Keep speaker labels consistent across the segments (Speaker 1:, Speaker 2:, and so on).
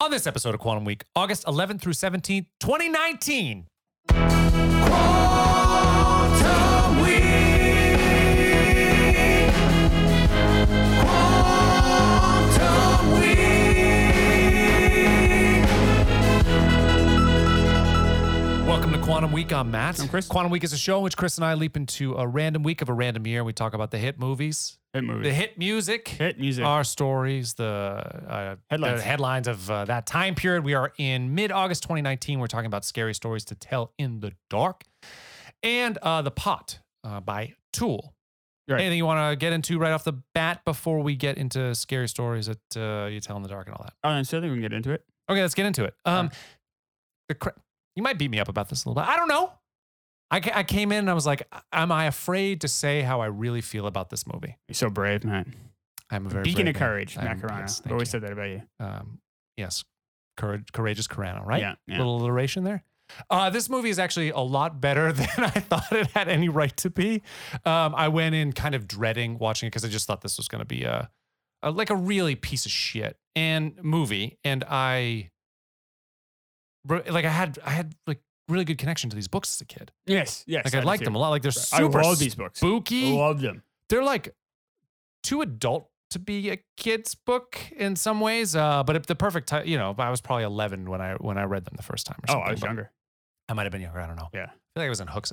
Speaker 1: on this episode of Quantum Week, August 11th through 17th, 2019. Welcome to Quantum Week. I'm Matt.
Speaker 2: I'm Chris.
Speaker 1: Quantum Week is a show in which Chris and I leap into a random week of a random year. We talk about the hit movies,
Speaker 2: Hit
Speaker 1: the
Speaker 2: movies.
Speaker 1: hit music,
Speaker 2: Hit music.
Speaker 1: our stories, the, uh,
Speaker 2: Headlines.
Speaker 1: the headlines of uh, that time period. We are in mid August 2019. We're talking about scary stories to tell in the dark and uh, The Pot uh, by Tool.
Speaker 2: Right.
Speaker 1: Anything you want to get into right off the bat before we get into scary stories that uh, you tell in the dark and all that?
Speaker 2: Uh, so I think we can get into it.
Speaker 1: Okay, let's get into it. Um, the cra- you might beat me up about this a little bit. I don't know. I, ca- I came in and I was like, am I afraid to say how I really feel about this movie?
Speaker 2: You're so brave, man.
Speaker 1: I'm a very
Speaker 2: Beacon
Speaker 1: brave
Speaker 2: of
Speaker 1: man.
Speaker 2: courage,
Speaker 1: I'm-
Speaker 2: Macarona.
Speaker 1: yes,
Speaker 2: I've
Speaker 1: thank
Speaker 2: Always
Speaker 1: you.
Speaker 2: said that about you.
Speaker 1: um, yes, courage, courageous Carano, right?
Speaker 2: Yeah. yeah.
Speaker 1: Little alliteration there. Uh, this movie is actually a lot better than I thought it had any right to be. Um, I went in kind of dreading watching it because I just thought this was going to be a, a like a really piece of shit and movie, and I re- like I had I had like really good connection to these books as a kid.
Speaker 2: yes. Yes.
Speaker 1: Like I, liked them a lot. Like they're
Speaker 2: I
Speaker 1: super
Speaker 2: love these books.
Speaker 1: spooky
Speaker 2: Love them.
Speaker 1: they're like too adult to be a kid's book in some ways. Uh, but at the perfect time, you know, I was probably 11 when I when I read them the first time. Or
Speaker 2: Oh,
Speaker 1: something,
Speaker 2: I was
Speaker 1: but
Speaker 2: younger.
Speaker 1: I might have been younger. I don't know. I
Speaker 2: Yeah.
Speaker 1: feel like I was in Hooks.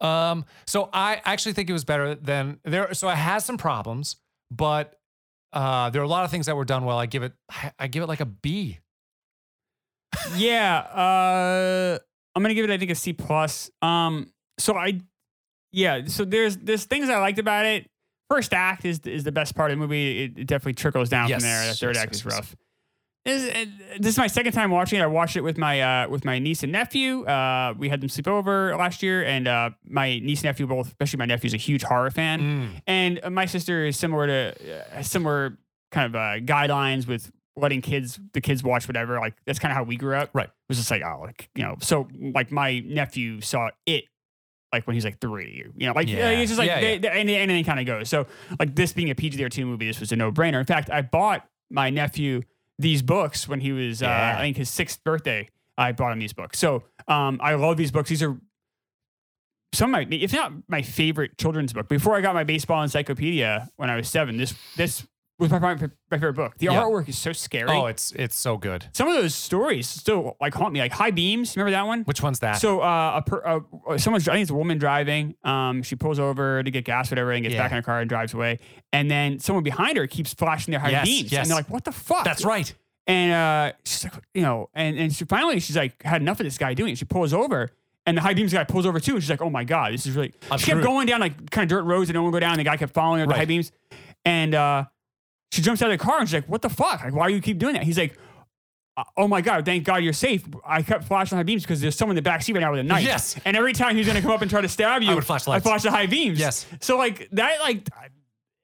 Speaker 1: Um, so I actually think it was better than there. So it has some problems, but uh, there are a lot of things that were done well. I give it, I give it like a B.
Speaker 2: yeah. Uh, I'm gonna give it. I think a C plus. Um. So I. Yeah. So there's there's things I liked about it. First act is is the best part of the movie. It, it definitely trickles down
Speaker 1: Yes,
Speaker 2: from there. That third
Speaker 1: yes,
Speaker 2: act
Speaker 1: yes,
Speaker 2: is
Speaker 1: yes.
Speaker 2: rough. This, is- uh, this is my second time watching it. I watched it with my uh, with my niece and nephew. Uh, we had them sleep over last year, and uh, my niece and nephew both, especially my nephew's a huge horror fan.
Speaker 1: Mm.
Speaker 2: And uh, my sister is similar to uh, has similar kind of uh, guidelines with letting kids the kids watch whatever. Like that's kind of how we grew up.
Speaker 1: Right.
Speaker 2: It was just like oh like you know so like my nephew saw it like when he's like three you know like
Speaker 1: Yeah.
Speaker 2: yeah. it's just like
Speaker 1: Yeah,
Speaker 2: they,
Speaker 1: yeah.
Speaker 2: They, and anything kind of goes. So like this being a PG-13 movie, this was a no-brainer. In fact, I bought my nephew these books when he was
Speaker 1: Yeah.
Speaker 2: uh, I think his sixth birthday. I bought him these books. So um, I love these books. These are some of my, if not my favorite children's book. Before I got my baseball encyclopedia when I was seven, this this was my, my, my favorite book. The
Speaker 1: Yeah.
Speaker 2: artwork is so scary.
Speaker 1: Oh, it's it's so good.
Speaker 2: some of those stories still like haunt me. Like high beams, remember that one?
Speaker 1: Which one's that?
Speaker 2: So uh, a per, uh, someone's I think it's a woman driving. Um, she pulls over to get gas, whatever, and gets
Speaker 1: Yeah.
Speaker 2: back in her car and drives away. And then someone behind her keeps flashing their high
Speaker 1: Yes,
Speaker 2: beams,
Speaker 1: yes.
Speaker 2: and they're like, "What the fuck?"
Speaker 1: That's right.
Speaker 2: And uh, she's like, you know, and and she finally she's like had enough of this guy doing it. She pulls over. And the high beams guy pulls over too, and she's like, "Oh my god, this is really."
Speaker 1: I'm
Speaker 2: she
Speaker 1: screwed.
Speaker 2: kept going down like kind of dirt roads, and no one go down. And the guy kept following her with
Speaker 1: Right.
Speaker 2: the high beams, and uh, she jumps out of the car and she's like, "What the fuck? Like, why do you keep doing that?" He's like, uh, "Oh my god, thank God you're safe. I kept flashing high beams because there's someone in the back seat right now with a knife.
Speaker 1: Yes.
Speaker 2: And every time he's gonna come up and try to stab you,
Speaker 1: would flash lights.
Speaker 2: I flash the high beams.
Speaker 1: Yes.
Speaker 2: So like that, like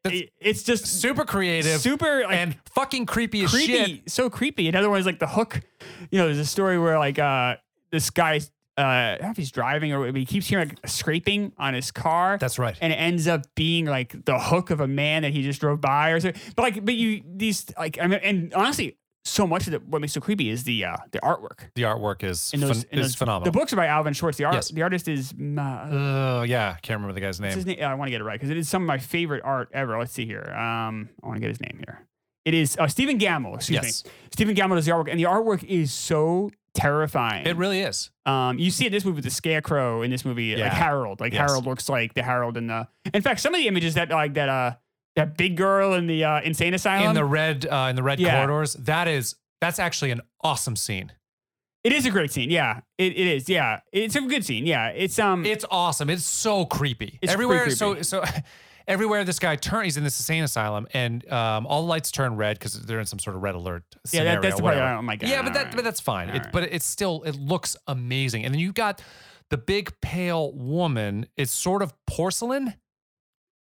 Speaker 1: That's-
Speaker 2: it- it's just
Speaker 1: Super creative
Speaker 2: super like,
Speaker 1: and fucking creepy as
Speaker 2: creepy,
Speaker 1: shit.
Speaker 2: so creepy. Another one is like the hook. You know, there's a story where like uh this guy, uh, I don't know if he's driving or but he keeps hearing like scraping on his car.
Speaker 1: That's right.
Speaker 2: and it ends up being like the hook of a man that he just drove by or something. But like, but you these like I mean, and honestly, so much of the, what makes it so creepy is the uh the artwork.
Speaker 1: The artwork is
Speaker 2: And
Speaker 1: phen-
Speaker 2: and
Speaker 1: is phenomenal.
Speaker 2: The books are by Alvin Schwartz. The art,
Speaker 1: Yes.
Speaker 2: the artist is Ma-
Speaker 1: Oh yeah, can't remember the guy's name.
Speaker 2: what's his name? Oh, I want to get it right because it is some of my favorite art ever. Let's see here. Um, I want to get his name here. It is uh, Stephen Gamble. Excuse me.
Speaker 1: yes,
Speaker 2: Stephen Gamble does the artwork, and the artwork is so terrifying.
Speaker 1: it really is.
Speaker 2: um, you see it in this movie with the scarecrow in this movie,
Speaker 1: Yeah.
Speaker 2: like Harold. Like
Speaker 1: Yes.
Speaker 2: Harold looks like the Harold in the. In fact, some of the images that like that uh that big girl in the uh, insane asylum.
Speaker 1: in the red, uh, in the red
Speaker 2: Yeah.
Speaker 1: corridors, that is that's actually an awesome scene.
Speaker 2: it is a great scene. Yeah, it, it is. Yeah, it's a good scene. Yeah, it's um.
Speaker 1: It's awesome. It's so creepy.
Speaker 2: It's
Speaker 1: everywhere.
Speaker 2: pretty creepy.
Speaker 1: So so everywhere this guy turns, he's in this insane asylum, and um, all the lights turn red because they're in some sort of red alert.
Speaker 2: yeah,
Speaker 1: Scenario,
Speaker 2: that, that's the part.
Speaker 1: whatever.
Speaker 2: Oh my god.
Speaker 1: Yeah, but that but that's fine.
Speaker 2: All
Speaker 1: It,
Speaker 2: right.
Speaker 1: But it's still it looks amazing. And then you've got the big pale woman. It's sort of porcelain.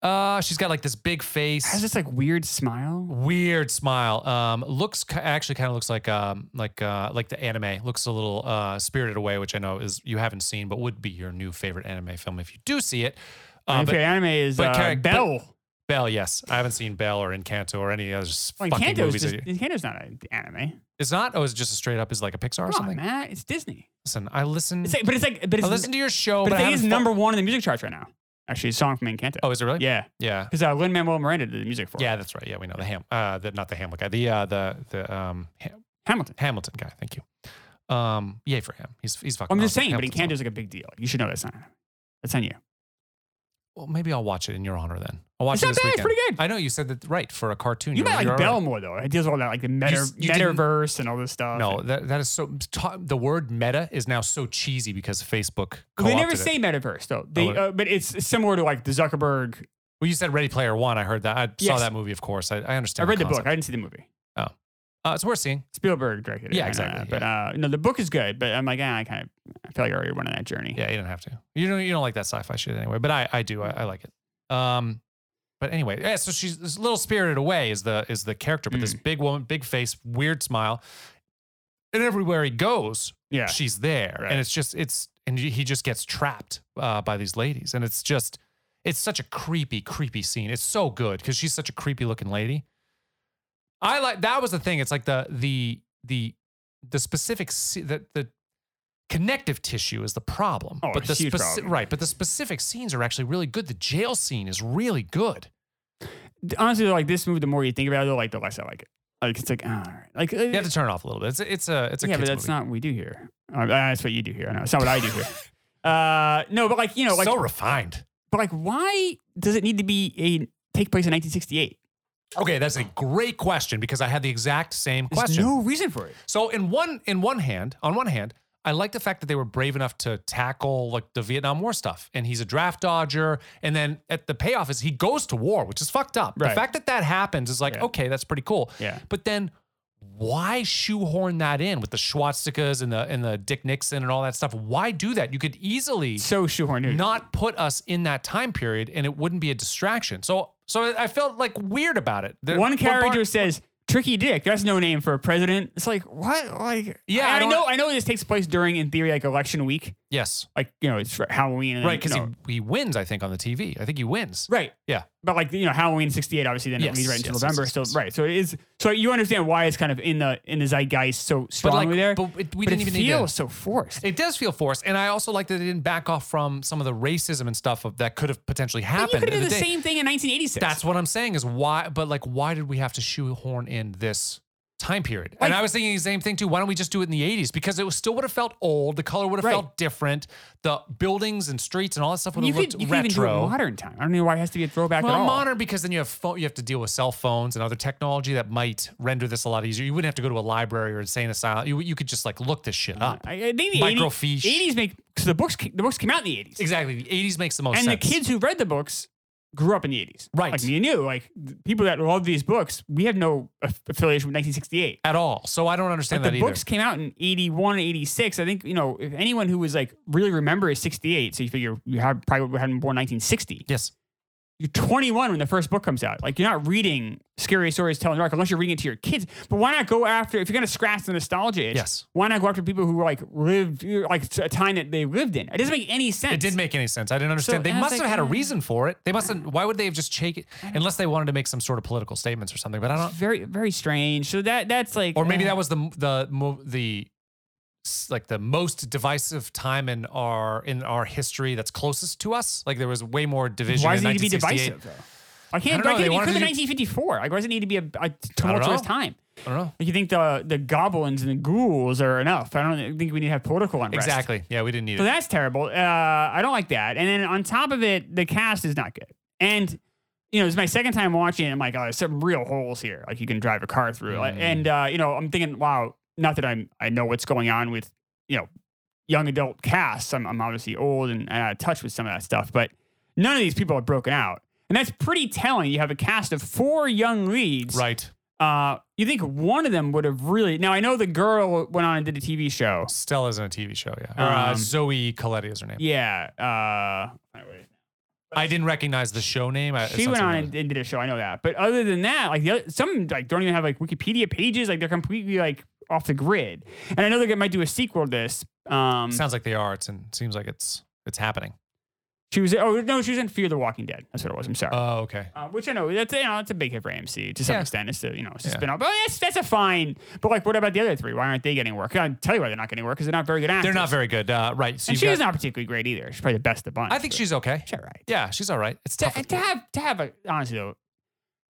Speaker 1: Uh, she's got like this big face.
Speaker 2: has this like weird smile.
Speaker 1: weird smile um looks ki- actually kind of looks like um like uh like the anime looks a little uh spirited away which i know is you haven't seen but would be your new favorite anime film if you do see it uh,
Speaker 2: My
Speaker 1: but
Speaker 2: favorite anime is
Speaker 1: but
Speaker 2: uh,
Speaker 1: Carrie- but-
Speaker 2: Bell.
Speaker 1: Bell, yes. I haven't seen Bell or Encanto or any other s-
Speaker 2: Well,
Speaker 1: fucking
Speaker 2: Encanto's
Speaker 1: movies.
Speaker 2: just,
Speaker 1: that you-
Speaker 2: Encanto's not an anime.
Speaker 1: It's not. Oh, it's just a straight up is like a Pixar or
Speaker 2: Come on,
Speaker 1: something.
Speaker 2: Matt. It's Disney.
Speaker 1: Listen, I listen.
Speaker 2: It's like, but it's like, but
Speaker 1: I
Speaker 2: it's,
Speaker 1: listen to your show,
Speaker 2: but
Speaker 1: Oh, but, I
Speaker 2: it is
Speaker 1: haven't fo-
Speaker 2: number one in the music charts right now. Actually, a song from Encanto.
Speaker 1: Oh, is it really?
Speaker 2: Yeah,
Speaker 1: Yeah.
Speaker 2: because uh, Lin Manuel Miranda did the music for it.
Speaker 1: Yeah, that's right. Yeah, we know the ham. Uh, the, not the Hamlet guy. The uh, the the um Ham-
Speaker 2: Hamilton.
Speaker 1: Hamilton guy. Thank you. Um, yay for him. He's he's fucking.
Speaker 2: I'm just
Speaker 1: awesome.
Speaker 2: saying,
Speaker 1: Oh,
Speaker 2: but
Speaker 1: Hamilton's
Speaker 2: Encanto's like a big deal. You should know that's not. That's on you.
Speaker 1: Well, maybe I'll watch it in your honor then. I'll watch
Speaker 2: It's
Speaker 1: it
Speaker 2: not
Speaker 1: this
Speaker 2: bad. It's
Speaker 1: weekend.
Speaker 2: pretty good.
Speaker 1: I know you said that right for a cartoon.
Speaker 2: You
Speaker 1: You're-
Speaker 2: might
Speaker 1: you're
Speaker 2: like
Speaker 1: right.
Speaker 2: Bell more though. It deals with all that like the meta,
Speaker 1: s- you didn't-
Speaker 2: metaverse and all this stuff.
Speaker 1: No, that, that is so. ta- the word meta is now so cheesy because Facebook.
Speaker 2: Well, they never
Speaker 1: co-opted it. Oh,
Speaker 2: say metaverse though. They,
Speaker 1: what-
Speaker 2: uh, but it's similar to like the Zuckerberg.
Speaker 1: Well, you said Ready Player One. I heard that. I saw
Speaker 2: Yes.
Speaker 1: that movie, of course. I, I
Speaker 2: I
Speaker 1: understand.
Speaker 2: read the book.
Speaker 1: concept.
Speaker 2: I didn't see the movie.
Speaker 1: Uh, it's worth seeing.
Speaker 2: Spielberg directed it.
Speaker 1: Yeah,
Speaker 2: I know
Speaker 1: exactly,
Speaker 2: that, But uh, no, the book is good. But I'm like, ah, I kind of I feel like I already went on that journey.
Speaker 1: Yeah, you don't have to. You don't. You don't like that sci-fi shit anyway. But I, I do. I, I like it. Um, but anyway, yeah. So she's this little spirited away is the is the character, but this
Speaker 2: Mm.
Speaker 1: big woman, big face, weird smile, and everywhere he goes,
Speaker 2: Yeah.
Speaker 1: she's there,
Speaker 2: Right.
Speaker 1: and it's just it's and he he just gets trapped uh, by these ladies, and it's just it's such a creepy, creepy scene. It's so good because she's such a creepy looking lady. I like that was the thing. It's like the the the the specific se- the the connective tissue is the problem.
Speaker 2: Oh,
Speaker 1: but the
Speaker 2: huge problem.
Speaker 1: right, but the specific scenes are actually really good. The jail scene is really good.
Speaker 2: Honestly, though, like this movie, the more you think about it, like the less I like it. Like it's like, ah, all right. Like
Speaker 1: You have to turn it off a little bit. It's a, it's a it's a
Speaker 2: yeah, but
Speaker 1: kids
Speaker 2: that's
Speaker 1: movie.
Speaker 2: not what we do here. Uh, that's what you do here. I know it's not what I do here. uh, no, but like you know, like
Speaker 1: so refined.
Speaker 2: but like why does it need to be a take place in 1968?
Speaker 1: Okay, that's a great question because I had the exact same
Speaker 2: There's
Speaker 1: question.
Speaker 2: no reason for it.
Speaker 1: So in one in one hand, on one hand, I like the fact that they were brave enough to tackle like the Vietnam War stuff, and he's a draft dodger. And then at the payoff is he goes to war, which is fucked up.
Speaker 2: Right.
Speaker 1: The fact that that happens is like
Speaker 2: Yeah.
Speaker 1: okay, that's pretty cool.
Speaker 2: Yeah.
Speaker 1: But then why shoehorn that in with the Schwarzkopf's and the and the Dick Nixon and all that stuff? Why do that? You could easily
Speaker 2: So shoehorned. in.
Speaker 1: not put us in that time period, and it wouldn't be a distraction. So so I felt like weird about it. The-
Speaker 2: One
Speaker 1: but
Speaker 2: character
Speaker 1: Bar-
Speaker 2: says "Tricky Dick." That's no name for a president. It's like what? Like
Speaker 1: Yeah,
Speaker 2: I,
Speaker 1: I
Speaker 2: I
Speaker 1: don't-
Speaker 2: know. I know this takes place during, in theory, like election week.
Speaker 1: yes,
Speaker 2: Like you know, it's for Halloween. And
Speaker 1: right, because
Speaker 2: you know,
Speaker 1: he, he wins. I think on the TV, I think he wins.
Speaker 2: right.
Speaker 1: Yeah.
Speaker 2: But like you know, Halloween '68, obviously, then it
Speaker 1: Yes,
Speaker 2: leads right into
Speaker 1: yes, yes,
Speaker 2: November.
Speaker 1: yes,
Speaker 2: so
Speaker 1: yes.
Speaker 2: right. So it is. So you understand why it's kind of in the in the zeitgeist so strongly there.
Speaker 1: But it, we didn't
Speaker 2: but it
Speaker 1: even
Speaker 2: feels
Speaker 1: need
Speaker 2: so forced.
Speaker 1: to. It does feel forced, and I also like that they didn't back off from some of the racism and stuff of, that could have potentially
Speaker 2: But you
Speaker 1: happened.
Speaker 2: could have
Speaker 1: in
Speaker 2: done the
Speaker 1: day.
Speaker 2: same thing in 1986.
Speaker 1: That's what I'm saying is why. But like, why did we have to shoehorn in this? Time period, and
Speaker 2: Like-
Speaker 1: I was thinking the same thing too. Why don't we just do it in the '80s? Because it was still would have felt old. The color would have
Speaker 2: Right.
Speaker 1: felt different. The buildings and streets and all that stuff would
Speaker 2: you
Speaker 1: have
Speaker 2: could,
Speaker 1: looked
Speaker 2: you could even do it
Speaker 1: retro.
Speaker 2: modern time. I don't know why it has to be a throwback
Speaker 1: well,
Speaker 2: at all.
Speaker 1: modern because then you have phone, you have to deal with cell phones and other technology that might render this a lot easier. You wouldn't have to go to a library or insane asylum. You, you could just like look this shit up.
Speaker 2: I, I think the
Speaker 1: Microfiche.
Speaker 2: 80s, 80s make because the books ca- the books came out in the 80s.
Speaker 1: Exactly. The 80s makes the most
Speaker 2: and
Speaker 1: sense.
Speaker 2: the kids who read the books grew up in the 80s.
Speaker 1: Right.
Speaker 2: Like you knew, like the people that love these books, we have no aff- affiliation with 1968.
Speaker 1: at all. So I don't understand
Speaker 2: the
Speaker 1: that either.
Speaker 2: books came out in 81, 86. I think, you know, if anyone who was like really remember is 68, so you figure you have probably hadn't born 1960.
Speaker 1: Yes.
Speaker 2: You're 21 when the first book comes out. Like you're not reading Scary Stories Telling Dark unless you're reading it to your kids. But why not go after, if you're going to scratch the nostalgia itch,
Speaker 1: Yes.
Speaker 2: why not go after people who were like lived, like a time that they lived in? It doesn't make any sense.
Speaker 1: It didn't make any sense. I didn't understand. they
Speaker 2: and I was
Speaker 1: must have had
Speaker 2: like,
Speaker 1: a
Speaker 2: eh.
Speaker 1: reason for it. They must have. Why would they have just shake it unless they wanted to make some sort of political statements or something? But I don't.
Speaker 2: very very strange. So that that's like,
Speaker 1: Or maybe
Speaker 2: eh.
Speaker 1: that was the the mo- the s- like the most divisive time in our in our history that's clesest to us. Like there was way more division.
Speaker 2: Why
Speaker 1: in
Speaker 2: does it need to be
Speaker 1: 1968.
Speaker 2: divisive though? I
Speaker 1: I
Speaker 2: can't.
Speaker 1: don't know,
Speaker 2: I
Speaker 1: they
Speaker 2: can't it
Speaker 1: wanted to
Speaker 2: could be
Speaker 1: do-
Speaker 2: 1954. Like, why does it need to be a, a tumultuous
Speaker 1: know.
Speaker 2: time?
Speaker 1: I don't know.
Speaker 2: Like, you think the the goblins and the ghouls are enough? I don't think we need to have political unrest.
Speaker 1: Exactly. Yeah, we didn't need
Speaker 2: So
Speaker 1: it.
Speaker 2: that's terrible. Uh, I don't like that. And then on top of it, the cast is not good. And you know, it's my second time watching it. I'm like, oh, there's some real holes here. Like you can drive a car through. Like,
Speaker 1: Mm.
Speaker 2: And uh, you know, I'm thinking, wow, not that I'm I know what's going on with, you know, young adult casts. I'm, I'm obviously old and out of touch with some of that stuff, but none of these people are broken out. And that's pretty telling. You have a cast of four young leads.
Speaker 1: Right.
Speaker 2: Uh, you think one of them would have really now I know the girl went on and did a TV show.
Speaker 1: Stella's in a TV show. Yeah. Or, uh,
Speaker 2: Um,
Speaker 1: Zoe Coletti is her name.
Speaker 2: Yeah. Uh I don't know.
Speaker 1: I didn't recognize the show name. I, it
Speaker 2: she
Speaker 1: sounds
Speaker 2: went on
Speaker 1: familiar.
Speaker 2: and, and did a show. I know that. But other than that, like the other, some like don't even have like Wikipedia pages. Like they're completely like off the grid. And I know they might do a sequel to this. Um,
Speaker 1: Sounds like they are. It's and seems like it's it's happening.
Speaker 2: She was oh no, she was in Fear the Walking Dead. That's what it was. I'm sorry.
Speaker 1: Oh, okay.
Speaker 2: Uh, which I know that's you know that's a big hit for AMC to some
Speaker 1: Yeah.
Speaker 2: extent. It's a you know it's a
Speaker 1: Yeah.
Speaker 2: spin-off. But oh, that's that's a fine. But like, what about the other three? Why aren't they getting work? I tell you why they're not getting work because they're not very good actors.
Speaker 1: They're not very good. Uh, right. So
Speaker 2: And
Speaker 1: you've
Speaker 2: she's
Speaker 1: got-
Speaker 2: not particularly great either. She's probably the best of the bunch.
Speaker 1: I think
Speaker 2: but
Speaker 1: she's okay.
Speaker 2: she's all right.
Speaker 1: Yeah, she's all right. It's
Speaker 2: To,
Speaker 1: tough.
Speaker 2: and to have to have a honestly though,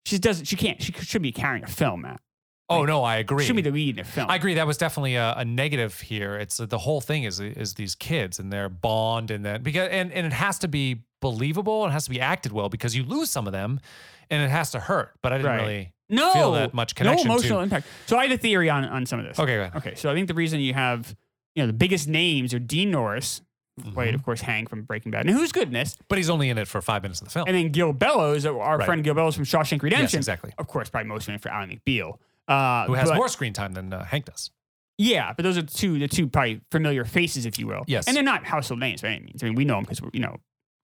Speaker 2: she doesn't. She can't. She should be carrying a film, Matt.
Speaker 1: oh no, I agree.
Speaker 2: She should be the lead in a film.
Speaker 1: I agree. That was definitely a, a negative here. It's uh, the whole thing is is these kids and their bond and then because and, and it has to be believable. It has to be acted well because you lose some of them, and it has to hurt. But I didn't
Speaker 2: Right.
Speaker 1: really.
Speaker 2: no
Speaker 1: that much connection
Speaker 2: No
Speaker 1: to-
Speaker 2: emotional impact. So I have a theory on on some of this.
Speaker 1: Okay. Go ahead.
Speaker 2: Okay, so I think the reason you have, you know, the biggest names are Dean Norris, played of course Hank from Breaking Bad, and who's good in this,
Speaker 1: But he's only in it for five minutes of the film.
Speaker 2: and then Gil Bellows, our
Speaker 1: Right.
Speaker 2: friend Gil Bellows from Shawshank Redemption,
Speaker 1: yes, exactly.
Speaker 2: of course, probably most known for Alan McBeal, uh,
Speaker 1: Who has
Speaker 2: but-
Speaker 1: more screen time than uh, Hank does?
Speaker 2: Yeah, but those are two the two probably familiar faces, if you will.
Speaker 1: Yes.
Speaker 2: and they're not household names by any means. I mean, we know them because we're you know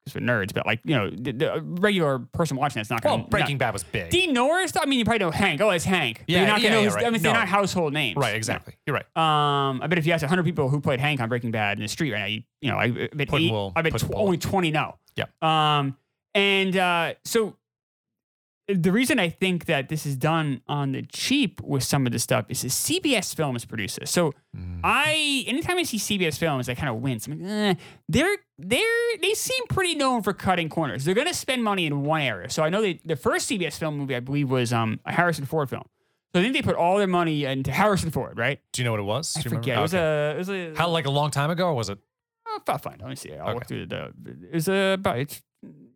Speaker 2: because we're nerds, but like you know, the, the uh, regular person watching that's not
Speaker 1: Well,
Speaker 2: going to
Speaker 1: Breaking Bad was big.
Speaker 2: Dean Norris, I mean, you probably know Hank. Oh, it's Hank. But
Speaker 1: Yeah,
Speaker 2: you're not
Speaker 1: yeah,
Speaker 2: gonna know
Speaker 1: yeah,
Speaker 2: who's- I
Speaker 1: right.
Speaker 2: mean, they're
Speaker 1: No.
Speaker 2: not household names.
Speaker 1: right.
Speaker 2: No.
Speaker 1: Exactly. You're right.
Speaker 2: Um, I bet if you asked 100 people who played Hank on Breaking Bad in the street right now, you, you know, I I bet,
Speaker 1: Puddin'
Speaker 2: eight-
Speaker 1: will-
Speaker 2: I bet
Speaker 1: Puddin'
Speaker 2: tw-
Speaker 1: will.
Speaker 2: only 20 know.
Speaker 1: Yep.
Speaker 2: Um, and uh, so the reason I think that this is done on the cheap with some of this stuff is that CBS Films produces. So
Speaker 1: Mm.
Speaker 2: I, anytime I see CBS Films, I kind of wince. I'm like, eh, they're they're they seem pretty known for cutting corners. They're gonna spend money in one area. So I know they, the first CBS film movie I believe was um, a Harrison Ford film. So I think they put all their money into Harrison Ford, right?
Speaker 1: Do you know what it was?
Speaker 2: I
Speaker 1: Do you remember?
Speaker 2: forget. It was
Speaker 1: Okay.
Speaker 2: a. It was a.
Speaker 1: how like a long time ago or was it?
Speaker 2: Oh, I'll find. it. Let me see. I'll
Speaker 1: Okay.
Speaker 2: look through the. It was a. About, it's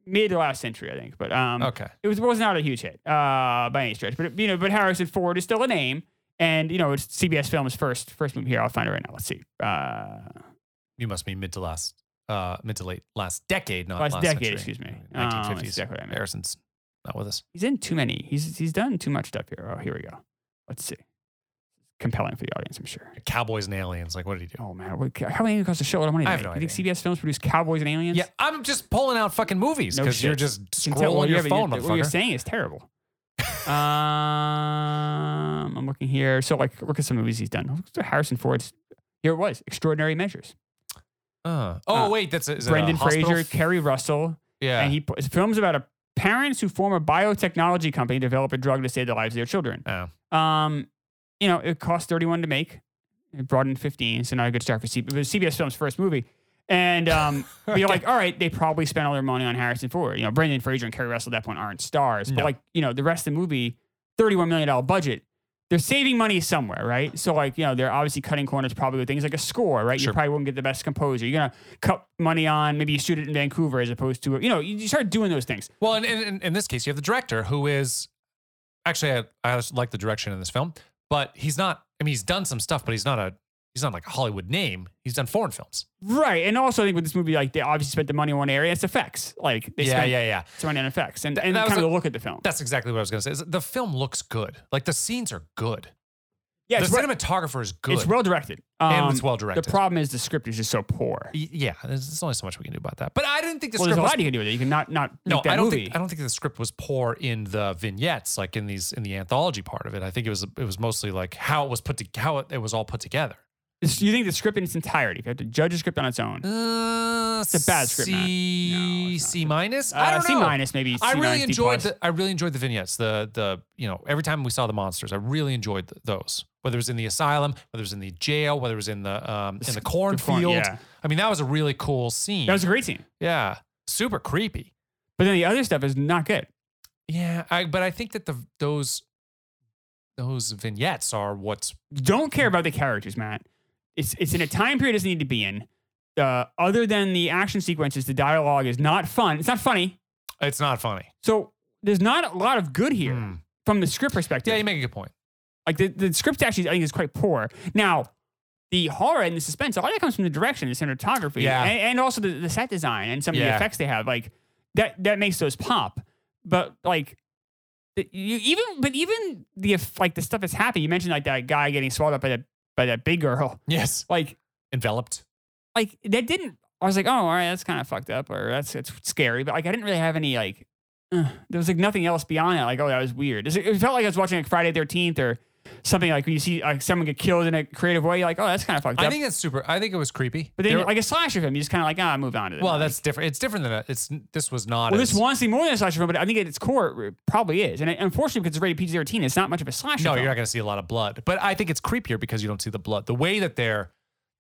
Speaker 2: mid to last century, I think. But um,
Speaker 1: Okay.
Speaker 2: it was was not a huge hit uh, by any stretch. But it, you know, but Harrison Ford is still a name, and you know, it's CBS Films' first first movie here. I'll find it right now. Let's see. Uh,
Speaker 1: You must mean mid to last, uh, mid to late last decade, not
Speaker 2: Last
Speaker 1: last,
Speaker 2: decade,
Speaker 1: century.
Speaker 2: excuse me. Um, that's
Speaker 1: 1950s.
Speaker 2: exactly what I meant.
Speaker 1: Harrison's not with us.
Speaker 2: he's in too many. He's he's done too much stuff here. Oh, here we go. Let's see. Compelling for the audience, I'm sure.
Speaker 1: Cowboys and aliens. Like, what did he do?
Speaker 2: Oh man, what, how many cost a shitload of money?
Speaker 1: I have
Speaker 2: tonight?
Speaker 1: no
Speaker 2: you think
Speaker 1: idea.
Speaker 2: CBS Films produced Cowboys and Aliens?
Speaker 1: Yeah, I'm just pulling out fucking movies
Speaker 2: No
Speaker 1: because you're
Speaker 2: shit.
Speaker 1: just
Speaker 2: can tell
Speaker 1: scrolling
Speaker 2: what
Speaker 1: your
Speaker 2: you're-
Speaker 1: phone,
Speaker 2: What you're
Speaker 1: motherfucker.
Speaker 2: saying is terrible. um, I'm looking here. So, like, look at some movies he's done. Look at Harrison Ford's. Here it was: Extraordinary Measures.
Speaker 1: Uh, oh
Speaker 2: Uh,
Speaker 1: wait, that's a, is
Speaker 2: Brendan
Speaker 1: it a hospital
Speaker 2: Fraser,
Speaker 1: f-
Speaker 2: Kerry Russell,
Speaker 1: Yeah,
Speaker 2: and he his films about a parents who form a biotechnology company to develop a drug to save the lives of their children.
Speaker 1: Oh.
Speaker 2: Um, you know, it cost 31 to make. It brought in 15, so not a good start for C- it was CBS Films' first movie. And um, but you're like, all right, they probably spent all their money on Harrison Ford. You know, Brendan Fraser and Kerry Russell at that point aren't stars, but
Speaker 1: No.
Speaker 2: like, you know, the rest of the movie, $31 million budget. They're saving money somewhere, right? So, like, you know, they're obviously cutting corners probably with things like a score, right? You
Speaker 1: Sure.
Speaker 2: probably wouldn't get the best composer. You're going to cut money on maybe you shoot it in Vancouver as opposed to, you know, you you start doing those things.
Speaker 1: Well, in, in, in this case, you have the director who is actually I, I just like the direction in this film, but he's not. I mean, he's done some stuff, but he's not a he's not like a Hollywood name. He's done foreign films.
Speaker 2: Right. And also, I think with this movie, like, they obviously spent the money on one area. It's effects. Like, they
Speaker 1: yeah,
Speaker 2: spent
Speaker 1: yeah, yeah.
Speaker 2: some money on effects and, and
Speaker 1: that was
Speaker 2: kind of the look at the film.
Speaker 1: That's exactly what I was gonna say. is the film looks good. Like the scenes are good.
Speaker 2: Yeah,
Speaker 1: the
Speaker 2: it's, well-
Speaker 1: cinematographer is good.
Speaker 2: it's well directed.
Speaker 1: and
Speaker 2: Um,
Speaker 1: it's well
Speaker 2: The
Speaker 1: directed.
Speaker 2: problem is the script is just so poor.
Speaker 1: Y- yeah, there's, there's only so much we can do about that. But I didn't think the
Speaker 2: well, there's
Speaker 1: script
Speaker 2: a
Speaker 1: was
Speaker 2: lot you can do with it. You can not not
Speaker 1: No,
Speaker 2: make that
Speaker 1: I don't
Speaker 2: movie.
Speaker 1: think I don't think the script was poor in the vignettes, like in these in the anthology part of it. I think it was it was mostly like how it was put to, how it, it was all put together.
Speaker 2: It's- you think the script in its entirety? If you have to judge a script on its own,
Speaker 1: Uh,
Speaker 2: a bad script, Matt.
Speaker 1: C
Speaker 2: No, it's not
Speaker 1: C minus. I
Speaker 2: Uh,
Speaker 1: don't
Speaker 2: C
Speaker 1: know.
Speaker 2: minus maybe.
Speaker 1: I
Speaker 2: C
Speaker 1: really
Speaker 2: minus, D
Speaker 1: enjoyed
Speaker 2: plus.
Speaker 1: the I really enjoyed the vignettes. The the you know every time we saw the monsters, I really enjoyed th- those. Whether it was in the asylum, whether it was in the jail, whether it was in the um in the cornfield.
Speaker 2: yeah.
Speaker 1: I mean, that was a really cool scene.
Speaker 2: That was a great scene.
Speaker 1: yeah, super creepy.
Speaker 2: But then the other stuff is not good.
Speaker 1: Yeah, I but I think that the those those vignettes are what's
Speaker 2: Don't care about the characters, Matt. It's it's in a time period it doesn't need to be in. Uh, other than the action sequences, the dialogue is not fun. It's not funny.
Speaker 1: it's not funny.
Speaker 2: So there's not a lot of good here
Speaker 1: Mm.
Speaker 2: from the script perspective.
Speaker 1: Yeah, you make a good point.
Speaker 2: Like the, the script actually, I think, is quite poor. Now, the horror and the suspense, all that comes from the direction, the cinematography,
Speaker 1: Yeah.
Speaker 2: and, and also the, the set design and some of the
Speaker 1: Yeah.
Speaker 2: effects they have. Like that that makes those pop. But like the- you even but even the eff- like the stuff that's happening. You mentioned like that guy getting swallowed up by that by that big girl.
Speaker 1: Yes,
Speaker 2: Like
Speaker 1: enveloped.
Speaker 2: like that didn't. I was like, oh, all right, that's kind of fucked up, or that's it's scary. But like, I didn't really have any like. uh, ugh. there was like nothing else beyond that. Like, oh, that was weird. It's- It felt like I was watching like Friday Thirteenth or something like when you see like someone get killed in a creative way, you're like, oh, that's kind of fucked
Speaker 1: I
Speaker 2: up.
Speaker 1: think that's super. I think it was creepy.
Speaker 2: but then,
Speaker 1: There-
Speaker 2: like a slasher film, you just kind of like, ah, move on to it.
Speaker 1: well,
Speaker 2: Like,
Speaker 1: that's different. It's different than that. It's this was not.
Speaker 2: well,
Speaker 1: as-
Speaker 2: this wants to be more than a slasher film, but I think at its core, it probably is. And it, unfortunately, because it's rated PG 13, it's not much of a slasher
Speaker 1: No,
Speaker 2: film.
Speaker 1: you're not going to see a lot of blood. But I think it's creepier because you don't see the blood. The way that they're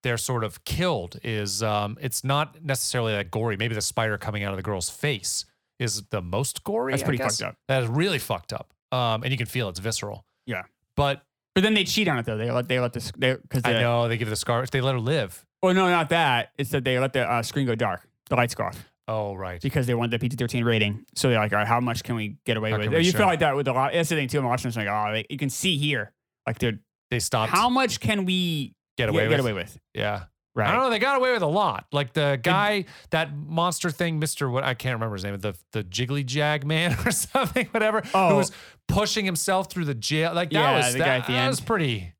Speaker 1: they're sort of killed is um, it's not necessarily that gory. Maybe the spider coming out of the girl's face is the most gory.
Speaker 2: That's
Speaker 1: I
Speaker 2: pretty
Speaker 1: guess.
Speaker 2: fucked up.
Speaker 1: That is really fucked up. Um, and you can feel it's visceral.
Speaker 2: Yeah.
Speaker 1: But
Speaker 2: But then they cheat on it, though. They let, they let this, because
Speaker 1: I
Speaker 2: they,
Speaker 1: know they give the scar. They let her live.
Speaker 2: oh, no, not that. It's that they let the uh, screen go dark. The lights go off
Speaker 1: Oh right.
Speaker 2: because they want the PG 13 rating. So they're like, all right, how much can we get away
Speaker 1: How
Speaker 2: with?
Speaker 1: can we
Speaker 2: You
Speaker 1: show?
Speaker 2: feel like that with a lot. That's the thing, too. I'm watching this, like, oh, like, you can see here. Like, dude,
Speaker 1: They stopped.
Speaker 2: how much can we
Speaker 1: get away
Speaker 2: get,
Speaker 1: with.
Speaker 2: get away with?
Speaker 1: Yeah.
Speaker 2: Right.
Speaker 1: I don't know. They got away with a lot. Like the guy, that monster thing, Mister, what I can't remember his name, the the Jiggly Jag man or something, whatever, who
Speaker 2: Oh.
Speaker 1: was pushing himself through the jail. Like that
Speaker 2: Yeah,
Speaker 1: was
Speaker 2: the
Speaker 1: that,
Speaker 2: guy at the
Speaker 1: that
Speaker 2: end.
Speaker 1: was pretty.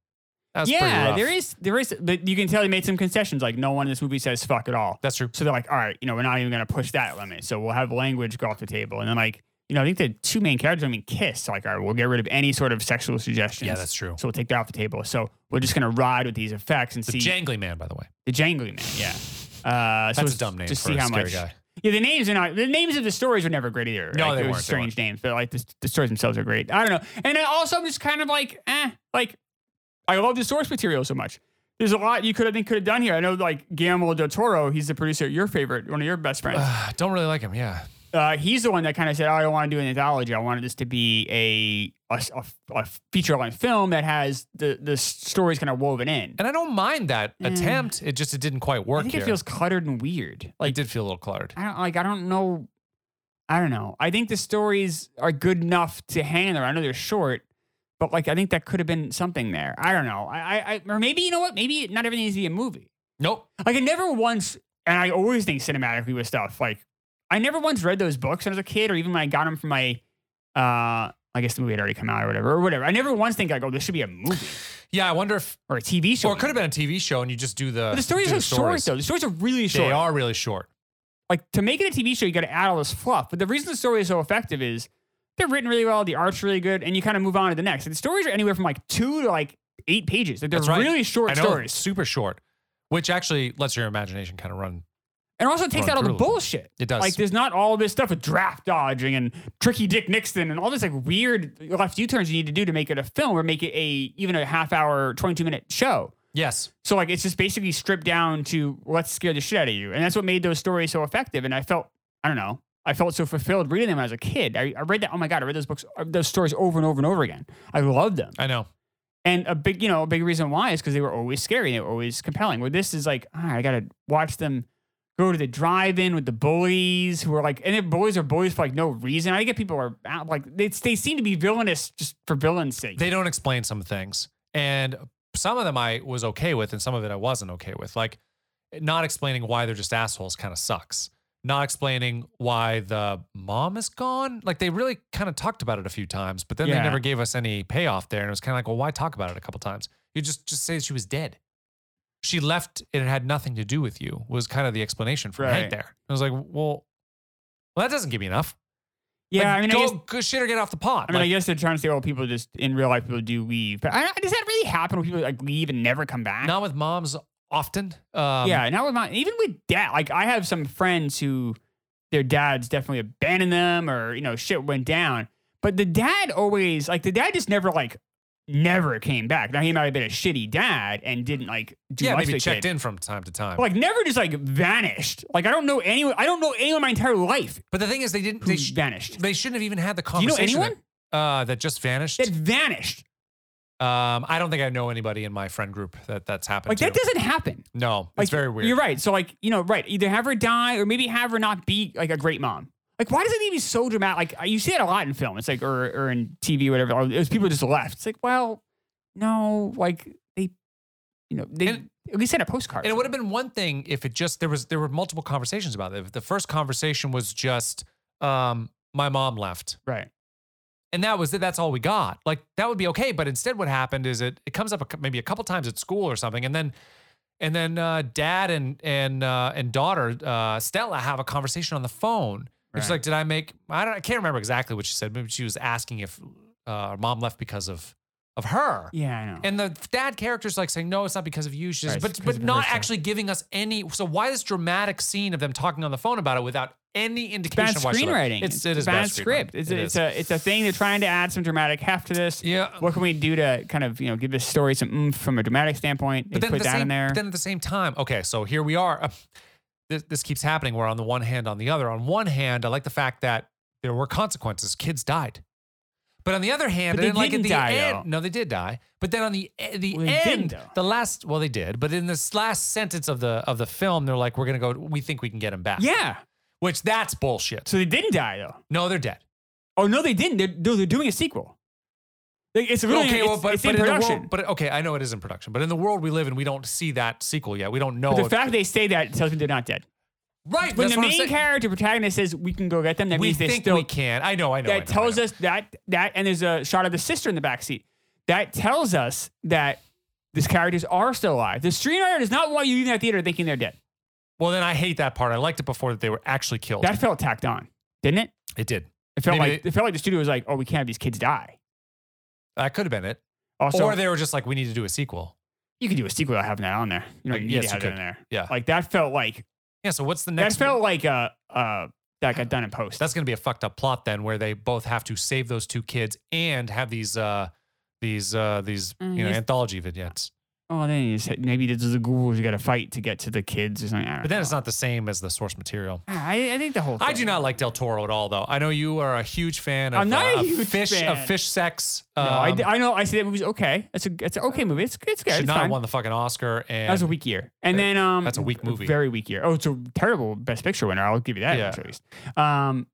Speaker 1: That was pretty
Speaker 2: yeah,
Speaker 1: rough.
Speaker 2: there is, there is, but you can tell they made some concessions. Like, no one in this movie says fuck at all.
Speaker 1: That's true.
Speaker 2: So they're like, all right, you know, we're not even going to push that limit. So we'll have language go off the table. And then, like, you know, I think the two main characters, I mean, kiss. Like, all right, we'll get rid of any sort of sexual suggestions.
Speaker 1: Yeah, that's true.
Speaker 2: So we'll take that off the table. So we're just going to ride with these effects and
Speaker 1: The
Speaker 2: see
Speaker 1: Jangly man, by the way.
Speaker 2: the jangly man. Yeah. Uh, so
Speaker 1: That's
Speaker 2: it's-
Speaker 1: a dumb name
Speaker 2: Just
Speaker 1: for
Speaker 2: see
Speaker 1: a
Speaker 2: how
Speaker 1: scary
Speaker 2: much.
Speaker 1: guy.
Speaker 2: Yeah, the names are not. The names of the stories were never great either.
Speaker 1: No,
Speaker 2: like,
Speaker 1: they
Speaker 2: it was
Speaker 1: weren't, they
Speaker 2: Strange names, but like the, the stories themselves are great. I don't know. And I also, I'm just kind of like, eh, like I love the source material so much. There's a lot you could have think could have done here. I know like Guillermo del Toro, he's the producer, your favorite, one of your best friends.
Speaker 1: Uh, don't really like him. Yeah.
Speaker 2: Uh, he's the one that kind of said, oh, I don't want to do an anthology. I wanted this to be a a, feature length film that has the the stories kind of woven in.
Speaker 1: And I don't mind that
Speaker 2: Mm.
Speaker 1: attempt. It just it didn't quite work
Speaker 2: I think
Speaker 1: here.
Speaker 2: it feels cluttered and weird.
Speaker 1: It
Speaker 2: Like
Speaker 1: did feel a little cluttered.
Speaker 2: I don't like. I don't know. I don't know. I think the stories are good enough to hang in there. I know they're short, but like I think that could have been something there. I don't know. I, I, I or maybe you know what? Maybe not everything needs to be a movie.
Speaker 1: Nope.
Speaker 2: Like I never once, and I always think cinematically with stuff. Like I never once read those books when I was a kid, or even when I got them from my. uh I guess the movie had already come out or whatever, or whatever. I never once think like, oh, this should be a movie
Speaker 1: Yeah, I wonder if
Speaker 2: or a TV show.
Speaker 1: or it could have been a TV show and you just do the
Speaker 2: But the stories
Speaker 1: do
Speaker 2: are short though. The stories are really short.
Speaker 1: They are really short.
Speaker 2: like to make it a TV show, you got to add all this fluff. But the reason the story is so effective is they're written really well, the art's really good, and you kind of move on to the next. And the stories are anywhere from like two to like eight pages. Like they're
Speaker 1: That's right.
Speaker 2: really short
Speaker 1: I know,
Speaker 2: stories,
Speaker 1: super short, which actually lets your imagination kind of run.
Speaker 2: and also it takes
Speaker 1: Run
Speaker 2: out all the
Speaker 1: through a little.
Speaker 2: bullshit.
Speaker 1: It does.
Speaker 2: Like there's not all this stuff with draft dodging and tricky Dick Nixon and all this like weird left U turns you need to do to make it a film or make it a even a half hour, twenty two minute show.
Speaker 1: yes.
Speaker 2: So like it's just basically stripped down to let's scare the shit out of you, and that's what made those stories so effective. And I felt I don't know, I felt so fulfilled reading them as a kid. I, I read that oh my god, I read those books, uh, those stories over and over and over again. I loved them,
Speaker 1: I know.
Speaker 2: and a big you know a big reason why is because they were always scary, they were always compelling. Where this is like ah, I gotta watch them go to the drive-in with the bullies who are like, and the bullies are bullies for like no reason. I get people are out, like they they seem to be villainous just for villain's sake.
Speaker 1: They don't explain some things. And some of them I was okay with, and some of it I wasn't okay with. Like, not explaining why they're just assholes kind of sucks. Not explaining why the mom is gone. Like, they really kind of talked about it a few times, but then they
Speaker 2: Yeah.
Speaker 1: never gave us any payoff there. And it was kind of like, well, why talk about it a couple times? You just, just say she was dead. She left and it had nothing to do with you, was kind of the explanation from Hank
Speaker 2: Right.
Speaker 1: there. I was like, well, well, that doesn't give me enough.
Speaker 2: yeah,
Speaker 1: Like,
Speaker 2: I mean,
Speaker 1: go,
Speaker 2: I guess
Speaker 1: go shit or get off the pot.
Speaker 2: I mean,
Speaker 1: Like,
Speaker 2: I guess they're trying to say, well, people just in real life people do leave, but I, does that really happen when people like leave and never come back?
Speaker 1: not with moms often. Um,
Speaker 2: yeah, not with my even with dad. Like I have some friends who their dads definitely abandoned them, or you know, shit went down. But the dad always like the dad just never like never came back. Now he might have been a shitty dad and didn't like do
Speaker 1: yeah,
Speaker 2: much
Speaker 1: maybe
Speaker 2: with the
Speaker 1: checked
Speaker 2: kid.
Speaker 1: in from time to time.
Speaker 2: But, like never just like vanished. Like I don't know anyone. I don't know anyone my entire life
Speaker 1: but the thing is, they didn't.
Speaker 2: who
Speaker 1: They, sh-
Speaker 2: vanished.
Speaker 1: they shouldn't have even had the
Speaker 2: Do you know
Speaker 1: conversation.
Speaker 2: anyone
Speaker 1: That, uh, that just vanished.
Speaker 2: that vanished?
Speaker 1: um, I don't think I know anybody in my friend group that that's happened
Speaker 2: Like
Speaker 1: to.
Speaker 2: that doesn't happen.
Speaker 1: no,
Speaker 2: Like,
Speaker 1: it's very weird.
Speaker 2: You're right. So like, you know, right. Either have her die or maybe have her not be like a great mom. Like, why does it need to be so dramatic? Like you see that a lot in film. It's like or or in TV, whatever. Or there's people just left. It's like, well, no, like they you know, they
Speaker 1: And-
Speaker 2: at least had a postcard.
Speaker 1: And it would have been one thing if it just there was there were multiple conversations about it. If the first conversation was just um, my mom left,
Speaker 2: right.
Speaker 1: and that was it. That's all we got. Like that would be okay. But instead, what happened is it it comes up a, cou- maybe a couple times at school or something, and then and then uh, dad and and uh, and daughter uh, Stella have a conversation on the phone. It's
Speaker 2: Right.
Speaker 1: like, did I make? I don't. I can't remember exactly what she said. Maybe she was asking if uh, her mom left because of of her.
Speaker 2: Yeah, I know.
Speaker 1: And the dad character's like saying, no, it's not because of you. She's,
Speaker 2: Right, it's
Speaker 1: but
Speaker 2: because
Speaker 1: but
Speaker 2: of
Speaker 1: not
Speaker 2: herself.
Speaker 1: actually giving us any. So why this dramatic scene of them talking on the phone about it without any indication
Speaker 2: bad
Speaker 1: of why she left?
Speaker 2: screenwriting.
Speaker 1: It's, it is
Speaker 2: bad,
Speaker 1: screenwriting.
Speaker 2: script. It's,
Speaker 1: It
Speaker 2: a, it's
Speaker 1: is.
Speaker 2: a it's a thing. They're trying to add some dramatic heft to this.
Speaker 1: Yeah.
Speaker 2: What can we do to kind of you know give this story some oomph from a dramatic standpoint? They
Speaker 1: But then, at
Speaker 2: put
Speaker 1: the
Speaker 2: that
Speaker 1: same,
Speaker 2: in there.
Speaker 1: but then at the same time, okay, so here we are. Uh, this, this keeps happening. We're on the one hand, on the other. On one hand, I like the fact that there were consequences. Kids died. But on the other hand, I
Speaker 2: But they
Speaker 1: didn't like at
Speaker 2: didn't
Speaker 1: the
Speaker 2: die,
Speaker 1: end. No, they did die. But then on the e- the
Speaker 2: Well, they didn't,
Speaker 1: end,
Speaker 2: though.
Speaker 1: the last well, they did. But in this last sentence of the of the film, they're like, "We're gonna go. We think we can get him back."
Speaker 2: yeah.
Speaker 1: which that's bullshit.
Speaker 2: So they didn't die though.
Speaker 1: No, they're dead.
Speaker 2: Oh no, they didn't. They're, they're, they're doing a sequel. Like, it's really
Speaker 1: okay, well,
Speaker 2: it's,
Speaker 1: but,
Speaker 2: it's
Speaker 1: but
Speaker 2: in
Speaker 1: in the
Speaker 2: production.
Speaker 1: world, but okay, I know it is in production. But in the world we live in, we don't see that sequel yet. We don't know.
Speaker 2: But the
Speaker 1: if-
Speaker 2: fact they say that tells me they're not dead.
Speaker 1: right
Speaker 2: When
Speaker 1: oh, that's
Speaker 2: the
Speaker 1: what I'm
Speaker 2: main
Speaker 1: saying.
Speaker 2: character protagonist says we can go get them, that
Speaker 1: we
Speaker 2: means they
Speaker 1: think
Speaker 2: still
Speaker 1: we can. I know. I know. I know,
Speaker 2: that tells
Speaker 1: I know.
Speaker 2: us that that and there's a shot of the sister in the back seat. That tells us that these characters are still alive. The screenwriter does not want you in that theater thinking they're dead.
Speaker 1: Well, then I hate that part. I liked it before that they were actually killed.
Speaker 2: That felt tacked on, didn't it?
Speaker 1: it did.
Speaker 2: It felt
Speaker 1: Maybe
Speaker 2: like
Speaker 1: they-
Speaker 2: it felt like the studio was like, oh, we can't have these kids die.
Speaker 1: That could have been it.
Speaker 2: Also,
Speaker 1: or they were just like, we need to do a sequel.
Speaker 2: you could do a sequel without having that on there. You know,
Speaker 1: Like,
Speaker 2: you need
Speaker 1: yes,
Speaker 2: to
Speaker 1: you
Speaker 2: have that
Speaker 1: could.
Speaker 2: in there.
Speaker 1: Yeah.
Speaker 2: like that felt like
Speaker 1: Yeah. So what's the
Speaker 2: that
Speaker 1: next?
Speaker 2: felt like uh uh that got done in post.
Speaker 1: That's going to be a fucked up plot then, where they both have to save those two kids and have these uh these uh these
Speaker 2: Mm,
Speaker 1: you know
Speaker 2: yes.
Speaker 1: anthology vignettes.
Speaker 2: oh, then you said maybe this is the ghouls. You got to fight to get to the kids or something. I don't
Speaker 1: But then it's
Speaker 2: know.
Speaker 1: not the same as the source material.
Speaker 2: I, I think the whole. Thing.
Speaker 1: I do not like Del Toro at all, though. I know you are a huge fan of,
Speaker 2: I'm not
Speaker 1: uh,
Speaker 2: a
Speaker 1: of
Speaker 2: huge
Speaker 1: fish
Speaker 2: fan.
Speaker 1: of fish sex.
Speaker 2: No, I,
Speaker 1: um,
Speaker 2: d- I know. I see that movie's okay. It's a it's an okay movie. It's it's good.
Speaker 1: should
Speaker 2: It's
Speaker 1: not have
Speaker 2: fine.
Speaker 1: won the fucking Oscar. And
Speaker 2: That was a weak year, and then um,
Speaker 1: that's a weak movie.
Speaker 2: Very weak year. Oh, it's a terrible Best Picture winner. I'll give you that
Speaker 1: Yeah. Uh,
Speaker 2: at least. Um,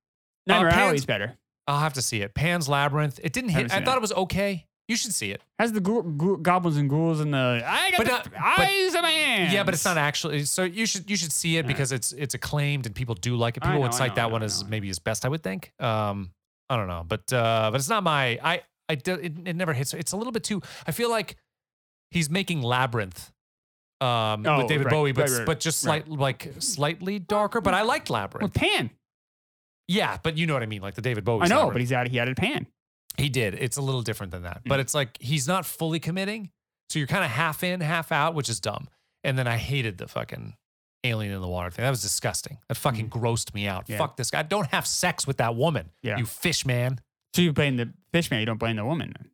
Speaker 2: Nightmare
Speaker 1: Pan's-
Speaker 2: Alley's better.
Speaker 1: I'll have to see it. Pan's Labyrinth. It didn't hit.
Speaker 2: Haven't
Speaker 1: I
Speaker 2: seen
Speaker 1: thought
Speaker 2: it.
Speaker 1: it was okay. You should see it.
Speaker 2: Has the ghoul, ghoul, goblins and ghouls and the I got
Speaker 1: But
Speaker 2: the
Speaker 1: not- but-
Speaker 2: eyes of man.
Speaker 1: Yeah, but it's not actually. So you should you should see it
Speaker 2: Yeah.
Speaker 1: because it's it's acclaimed and people do like it.
Speaker 2: I
Speaker 1: People
Speaker 2: know,
Speaker 1: would
Speaker 2: I
Speaker 1: cite
Speaker 2: know, I
Speaker 1: that
Speaker 2: know,
Speaker 1: one
Speaker 2: I
Speaker 1: as
Speaker 2: know.
Speaker 1: maybe his best. I would think. Um, I don't know, but uh, but it's not my. I I do- it, it never hits. It's a little bit too. I feel like he's making Labyrinth. Um,
Speaker 2: Oh,
Speaker 1: with David
Speaker 2: right,
Speaker 1: Bowie, but
Speaker 2: right, right,
Speaker 1: but just
Speaker 2: right.
Speaker 1: slight like slightly darker. But I liked
Speaker 2: Well,
Speaker 1: Labyrinth.
Speaker 2: Pan.
Speaker 1: Yeah, but you know what I mean, like the David Bowie.
Speaker 2: I know, but he's out. He added Pan.
Speaker 1: He did. It's a little different than that,
Speaker 2: Mm.
Speaker 1: but it's like he's not fully committing. So you're kind of half in, half out, which is dumb. And then I hated the fucking alien in the water thing. That was disgusting. That fucking grossed me out.
Speaker 2: Mm. Yeah.
Speaker 1: Fuck this guy. Don't have sex with that woman.
Speaker 2: Yeah.
Speaker 1: You fish man.
Speaker 2: So you blame the fish man. You don't blame the woman. Then.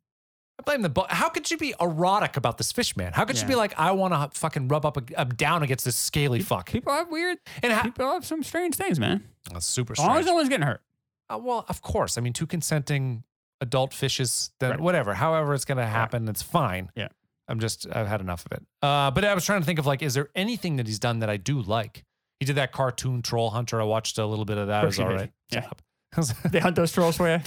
Speaker 1: I blame the. Bu- How could you be erotic about this fish man? How could you
Speaker 2: Yeah.
Speaker 1: be like, I want to fucking rub up, a, up down against this scaly fuck?
Speaker 2: People have weird.
Speaker 1: And ha-
Speaker 2: People have some strange things, man.
Speaker 1: that's super
Speaker 2: As long as
Speaker 1: strange.
Speaker 2: no one's getting hurt.
Speaker 1: Uh, well, of course. I mean, two consenting adult fishes, then
Speaker 2: Right.
Speaker 1: whatever, however it's going to happen, it's fine.
Speaker 2: Yeah.
Speaker 1: I'm just, I've had enough of it. Uh, but I was trying to think of like, is there anything that he's done that I do like? He did that cartoon Troll Hunter. I watched a little bit of that. It was
Speaker 2: Percy
Speaker 1: all
Speaker 2: Big.
Speaker 1: right.
Speaker 2: Oh, Yeah.
Speaker 1: I was-
Speaker 2: They hunt those trolls for you.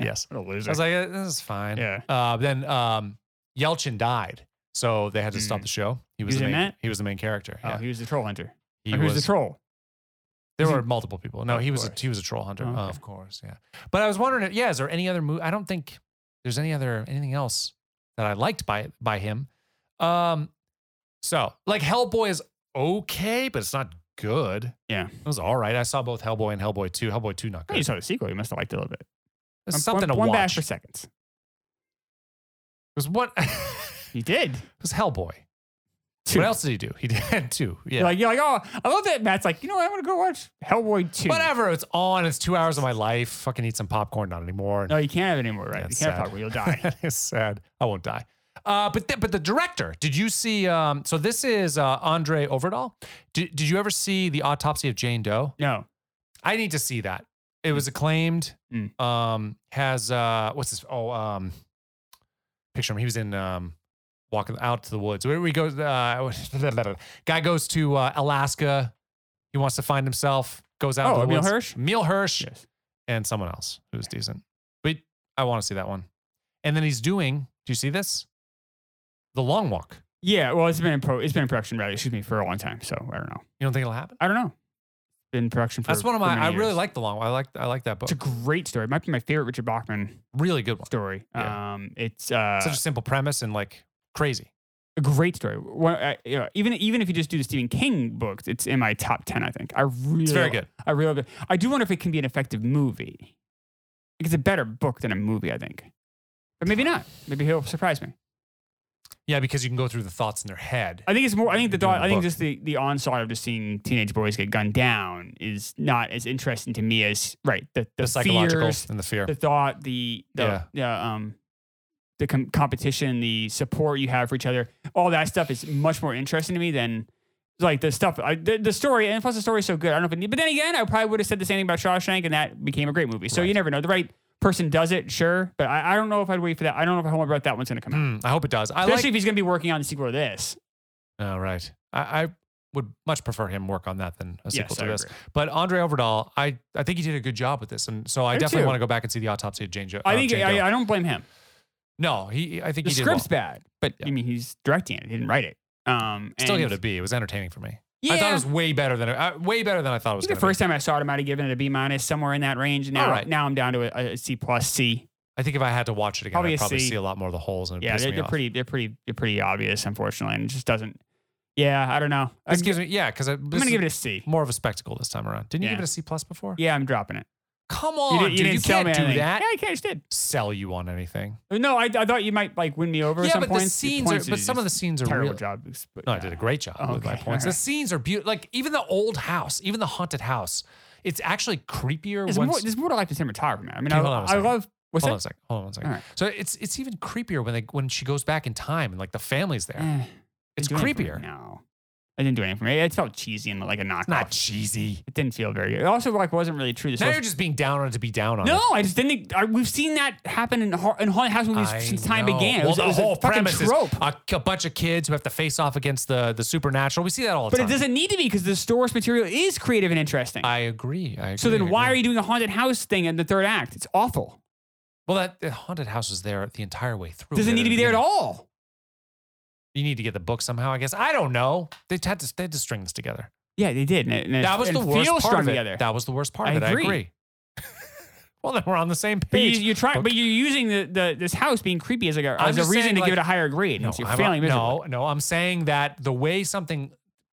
Speaker 1: yes.
Speaker 2: What a
Speaker 1: I
Speaker 2: loser.
Speaker 1: was like, eh, this is fine.
Speaker 2: yeah.
Speaker 1: Uh, then um, Yelchin died. So they had to stop
Speaker 2: Mm.
Speaker 1: the show. He was,
Speaker 2: was
Speaker 1: the
Speaker 2: in
Speaker 1: main,
Speaker 2: that?
Speaker 1: He was the main character.
Speaker 2: Oh,
Speaker 1: yeah.
Speaker 2: he was the troll hunter.
Speaker 1: He
Speaker 2: Or he was the troll.
Speaker 1: There
Speaker 2: Is he-
Speaker 1: were multiple people. No,
Speaker 2: Of
Speaker 1: he was a,
Speaker 2: course.
Speaker 1: he was a troll hunter.
Speaker 2: Oh, okay.
Speaker 1: Uh, of course, yeah. But I was wondering, yeah, is there any other movie? I don't think there's any other anything else that I liked by by him. Um, so like Hellboy is okay, but it's not good.
Speaker 2: Yeah.
Speaker 1: it was all right. I saw both Hellboy and Hellboy two. Hellboy two not
Speaker 2: Oh, you
Speaker 1: good.
Speaker 2: saw the sequel. You must have liked it a little bit.
Speaker 1: It's
Speaker 2: One-
Speaker 1: something
Speaker 2: one,
Speaker 1: to
Speaker 2: one back
Speaker 1: watch.
Speaker 2: for
Speaker 1: It
Speaker 2: seconds.
Speaker 1: was what? it
Speaker 2: You did.
Speaker 1: was Hellboy.
Speaker 2: Two.
Speaker 1: What else did he do? He did two. Yeah.
Speaker 2: You're like, you're like, oh, I love that. Matt's like, you know what? I want to go watch Hellboy 2.
Speaker 1: Whatever. It's on. It's two hours of my life. Fucking eat some popcorn. Not anymore.
Speaker 2: No, you can't have it anymore, right?
Speaker 1: That's
Speaker 2: you can't
Speaker 1: sad.
Speaker 2: have Hellboy. You'll die.
Speaker 1: that is sad. I won't die. Uh, but the, but the director, did you see? Um, so this is uh, Andre Overdahl. Did, did you ever see the autopsy of Jane Doe?
Speaker 2: no.
Speaker 1: I need to see that. It was acclaimed.
Speaker 2: Mm.
Speaker 1: Um, has uh, what's his? Oh, um, picture him. He was in um, walking out to the woods. Where we go, uh, guy goes to uh, Alaska. He wants to find himself. Goes out.
Speaker 2: Oh,
Speaker 1: to the
Speaker 2: Emil
Speaker 1: woods.
Speaker 2: Hirsch?
Speaker 1: Emil Hirsch
Speaker 2: Yes.
Speaker 1: and someone else who's decent. But I want to see that one. And then he's doing. Do you see this? The long walk.
Speaker 2: Yeah. Well, it's been in pro. It's been in production, rather. Excuse me, for a long time. So I don't know.
Speaker 1: You don't think it'll happen?
Speaker 2: I don't know. It's been in production for.
Speaker 1: That's one of
Speaker 2: for
Speaker 1: my.
Speaker 2: many
Speaker 1: I really
Speaker 2: years.
Speaker 1: like the long. Walk. I like. I like that book.
Speaker 2: It's a great story. It might be my favorite Richard Bachman
Speaker 1: really good one.
Speaker 2: story.
Speaker 1: Yeah.
Speaker 2: Um, it's uh,
Speaker 1: Such a simple premise and like crazy.
Speaker 2: a great story. One, uh, you know, even even if you just do the Stephen King books, it's in my top ten. I think I really
Speaker 1: It's very good.
Speaker 2: I really good. I do wonder if it can be an effective movie. Like, It's a better book than a movie. I think. but maybe not. Maybe he'll surprise me.
Speaker 1: Yeah, because you can go through the thoughts in their head.
Speaker 2: I think it's more. I think the
Speaker 1: Doing
Speaker 2: thought. I think
Speaker 1: both.
Speaker 2: just the the onslaught of just seeing teenage boys get gunned down is not as interesting to me as right the the,
Speaker 1: The, psychological
Speaker 2: fears,
Speaker 1: and the fear.
Speaker 2: the thought, the the
Speaker 1: Yeah.
Speaker 2: yeah, um the com- competition, the support you have for each other, all that stuff is much more interesting to me than like the stuff I, the, the story and plus the story is so good. I don't know if it, need- but then again, I probably would have said the same thing about Shawshank and that became a great movie. So you
Speaker 1: Right.
Speaker 2: never know. The right person does it, sure, but I, I don't know if I'd wait for that. I don't know if how about that one's going to come out.
Speaker 1: Mm, I hope it does. I
Speaker 2: Especially
Speaker 1: like.
Speaker 2: if he's going to be working on the sequel to this.
Speaker 1: Oh, right. I, I would much prefer him work on that than a sequel
Speaker 2: Yes,
Speaker 1: to
Speaker 2: I
Speaker 1: this.
Speaker 2: agree.
Speaker 1: But Andre Overdahl, I, I think he did a good job with this, and so I
Speaker 2: I do
Speaker 1: definitely
Speaker 2: too.
Speaker 1: want to go back and see the autopsy of Jane. Jo-
Speaker 2: I
Speaker 1: of
Speaker 2: think
Speaker 1: Jane Doe.
Speaker 2: I, I don't blame him.
Speaker 1: no, he. I think
Speaker 2: The
Speaker 1: he did well.
Speaker 2: script's bad, but
Speaker 1: Yeah.
Speaker 2: I mean he's directing it. He didn't write it. Um,
Speaker 1: Still
Speaker 2: and-
Speaker 1: give it a B. It was entertaining for me.
Speaker 2: yeah,
Speaker 1: I thought it was way better than uh, way better than I thought it was.
Speaker 2: I think the
Speaker 1: gonna be.
Speaker 2: first time I saw it, I might have given it a B minus, somewhere in that range. And
Speaker 1: All
Speaker 2: now,
Speaker 1: right.
Speaker 2: now I'm down to a, a C plus C.
Speaker 1: I think if I had to watch it again,
Speaker 2: Probably
Speaker 1: I'd
Speaker 2: a
Speaker 1: probably
Speaker 2: C.
Speaker 1: see a lot more of the holes and it
Speaker 2: Yeah,
Speaker 1: pissed
Speaker 2: they're,
Speaker 1: me
Speaker 2: they're
Speaker 1: off.
Speaker 2: pretty, they're pretty, they're pretty obvious, unfortunately, and it just doesn't. Yeah, I don't know. I'm,
Speaker 1: This gives me yeah, because I'm
Speaker 2: I'm gonna give it a C.
Speaker 1: more of a spectacle this time around. Didn't you
Speaker 2: Yeah.
Speaker 1: give it a C plus before?
Speaker 2: Yeah, I'm dropping it.
Speaker 1: Come on,
Speaker 2: didn't-
Speaker 1: dude,
Speaker 2: didn't
Speaker 1: you
Speaker 2: sell
Speaker 1: can't
Speaker 2: me
Speaker 1: do
Speaker 2: anything.
Speaker 1: that.
Speaker 2: Yeah, I kind of did.
Speaker 1: Sell you on anything?
Speaker 2: No, I, I thought you might like win me over. at
Speaker 1: yeah,
Speaker 2: some
Speaker 1: but
Speaker 2: points.
Speaker 1: the scenes are. But some of the scenes are
Speaker 2: terrible
Speaker 1: real.
Speaker 2: job. But,
Speaker 1: No, I
Speaker 2: yeah.
Speaker 1: did a great job with my
Speaker 2: Okay,
Speaker 1: points. The
Speaker 2: alright.
Speaker 1: scenes are beautiful. Like even the old house, even the haunted house, it's actually creepier.
Speaker 2: There's
Speaker 1: once,
Speaker 2: more, there's more to life than cinematography. man. I mean,
Speaker 1: Okay,
Speaker 2: I,
Speaker 1: hold on a
Speaker 2: I
Speaker 1: second.
Speaker 2: love. What's
Speaker 1: hold on a
Speaker 2: that?
Speaker 1: second. Hold on one second.
Speaker 2: Alright.
Speaker 1: So it's it's even creepier when they when she goes back in time and like the family's there.
Speaker 2: Eh,
Speaker 1: it's
Speaker 2: didn't do anything for
Speaker 1: creepier.
Speaker 2: me. No, I didn't do anything for me. It felt cheesy and like a knockoff.
Speaker 1: It's not cheesy.
Speaker 2: it didn't feel very good. It also like wasn't really true. to
Speaker 1: Now
Speaker 2: source
Speaker 1: you're just being down on it to be down on
Speaker 2: No,
Speaker 1: it.
Speaker 2: I just didn't. I, we've seen that happen in, hor- in haunted house movies
Speaker 1: I
Speaker 2: since time
Speaker 1: know.
Speaker 2: began. It
Speaker 1: Well,
Speaker 2: was-
Speaker 1: the
Speaker 2: it was a
Speaker 1: whole
Speaker 2: fucking
Speaker 1: premise is
Speaker 2: trope.
Speaker 1: a, a bunch of kids who have to face off against the the supernatural. We see that all the
Speaker 2: But it
Speaker 1: time.
Speaker 2: doesn't need to be because the source material is creative and interesting.
Speaker 1: I agree. I agree.
Speaker 2: so then, why are you doing the haunted house thing in the third act? It's awful.
Speaker 1: Well, that the haunted house was there the entire way through.
Speaker 2: Doesn't need to be there at
Speaker 1: all.
Speaker 2: all.
Speaker 1: You need to get the book somehow, I guess. I don't know. They had to they had to string this together.
Speaker 2: Yeah, they did. And it, and it-
Speaker 1: That was
Speaker 2: and
Speaker 1: the
Speaker 2: it
Speaker 1: worst
Speaker 2: feels
Speaker 1: part
Speaker 2: strung
Speaker 1: of it.
Speaker 2: together.
Speaker 1: That was the worst part
Speaker 2: I
Speaker 1: of it.
Speaker 2: agree.
Speaker 1: I agree. well, then we're on the same
Speaker 2: but you,
Speaker 1: page.
Speaker 2: you're trying,
Speaker 1: Book.
Speaker 2: but you're using the, the this house being creepy as like a,
Speaker 1: I'm
Speaker 2: as a
Speaker 1: just
Speaker 2: reason
Speaker 1: saying,
Speaker 2: to give
Speaker 1: like-
Speaker 2: it a higher grade. No, you're
Speaker 1: I'm-
Speaker 2: failing
Speaker 1: no,
Speaker 2: miserably.
Speaker 1: no. I'm saying that the way something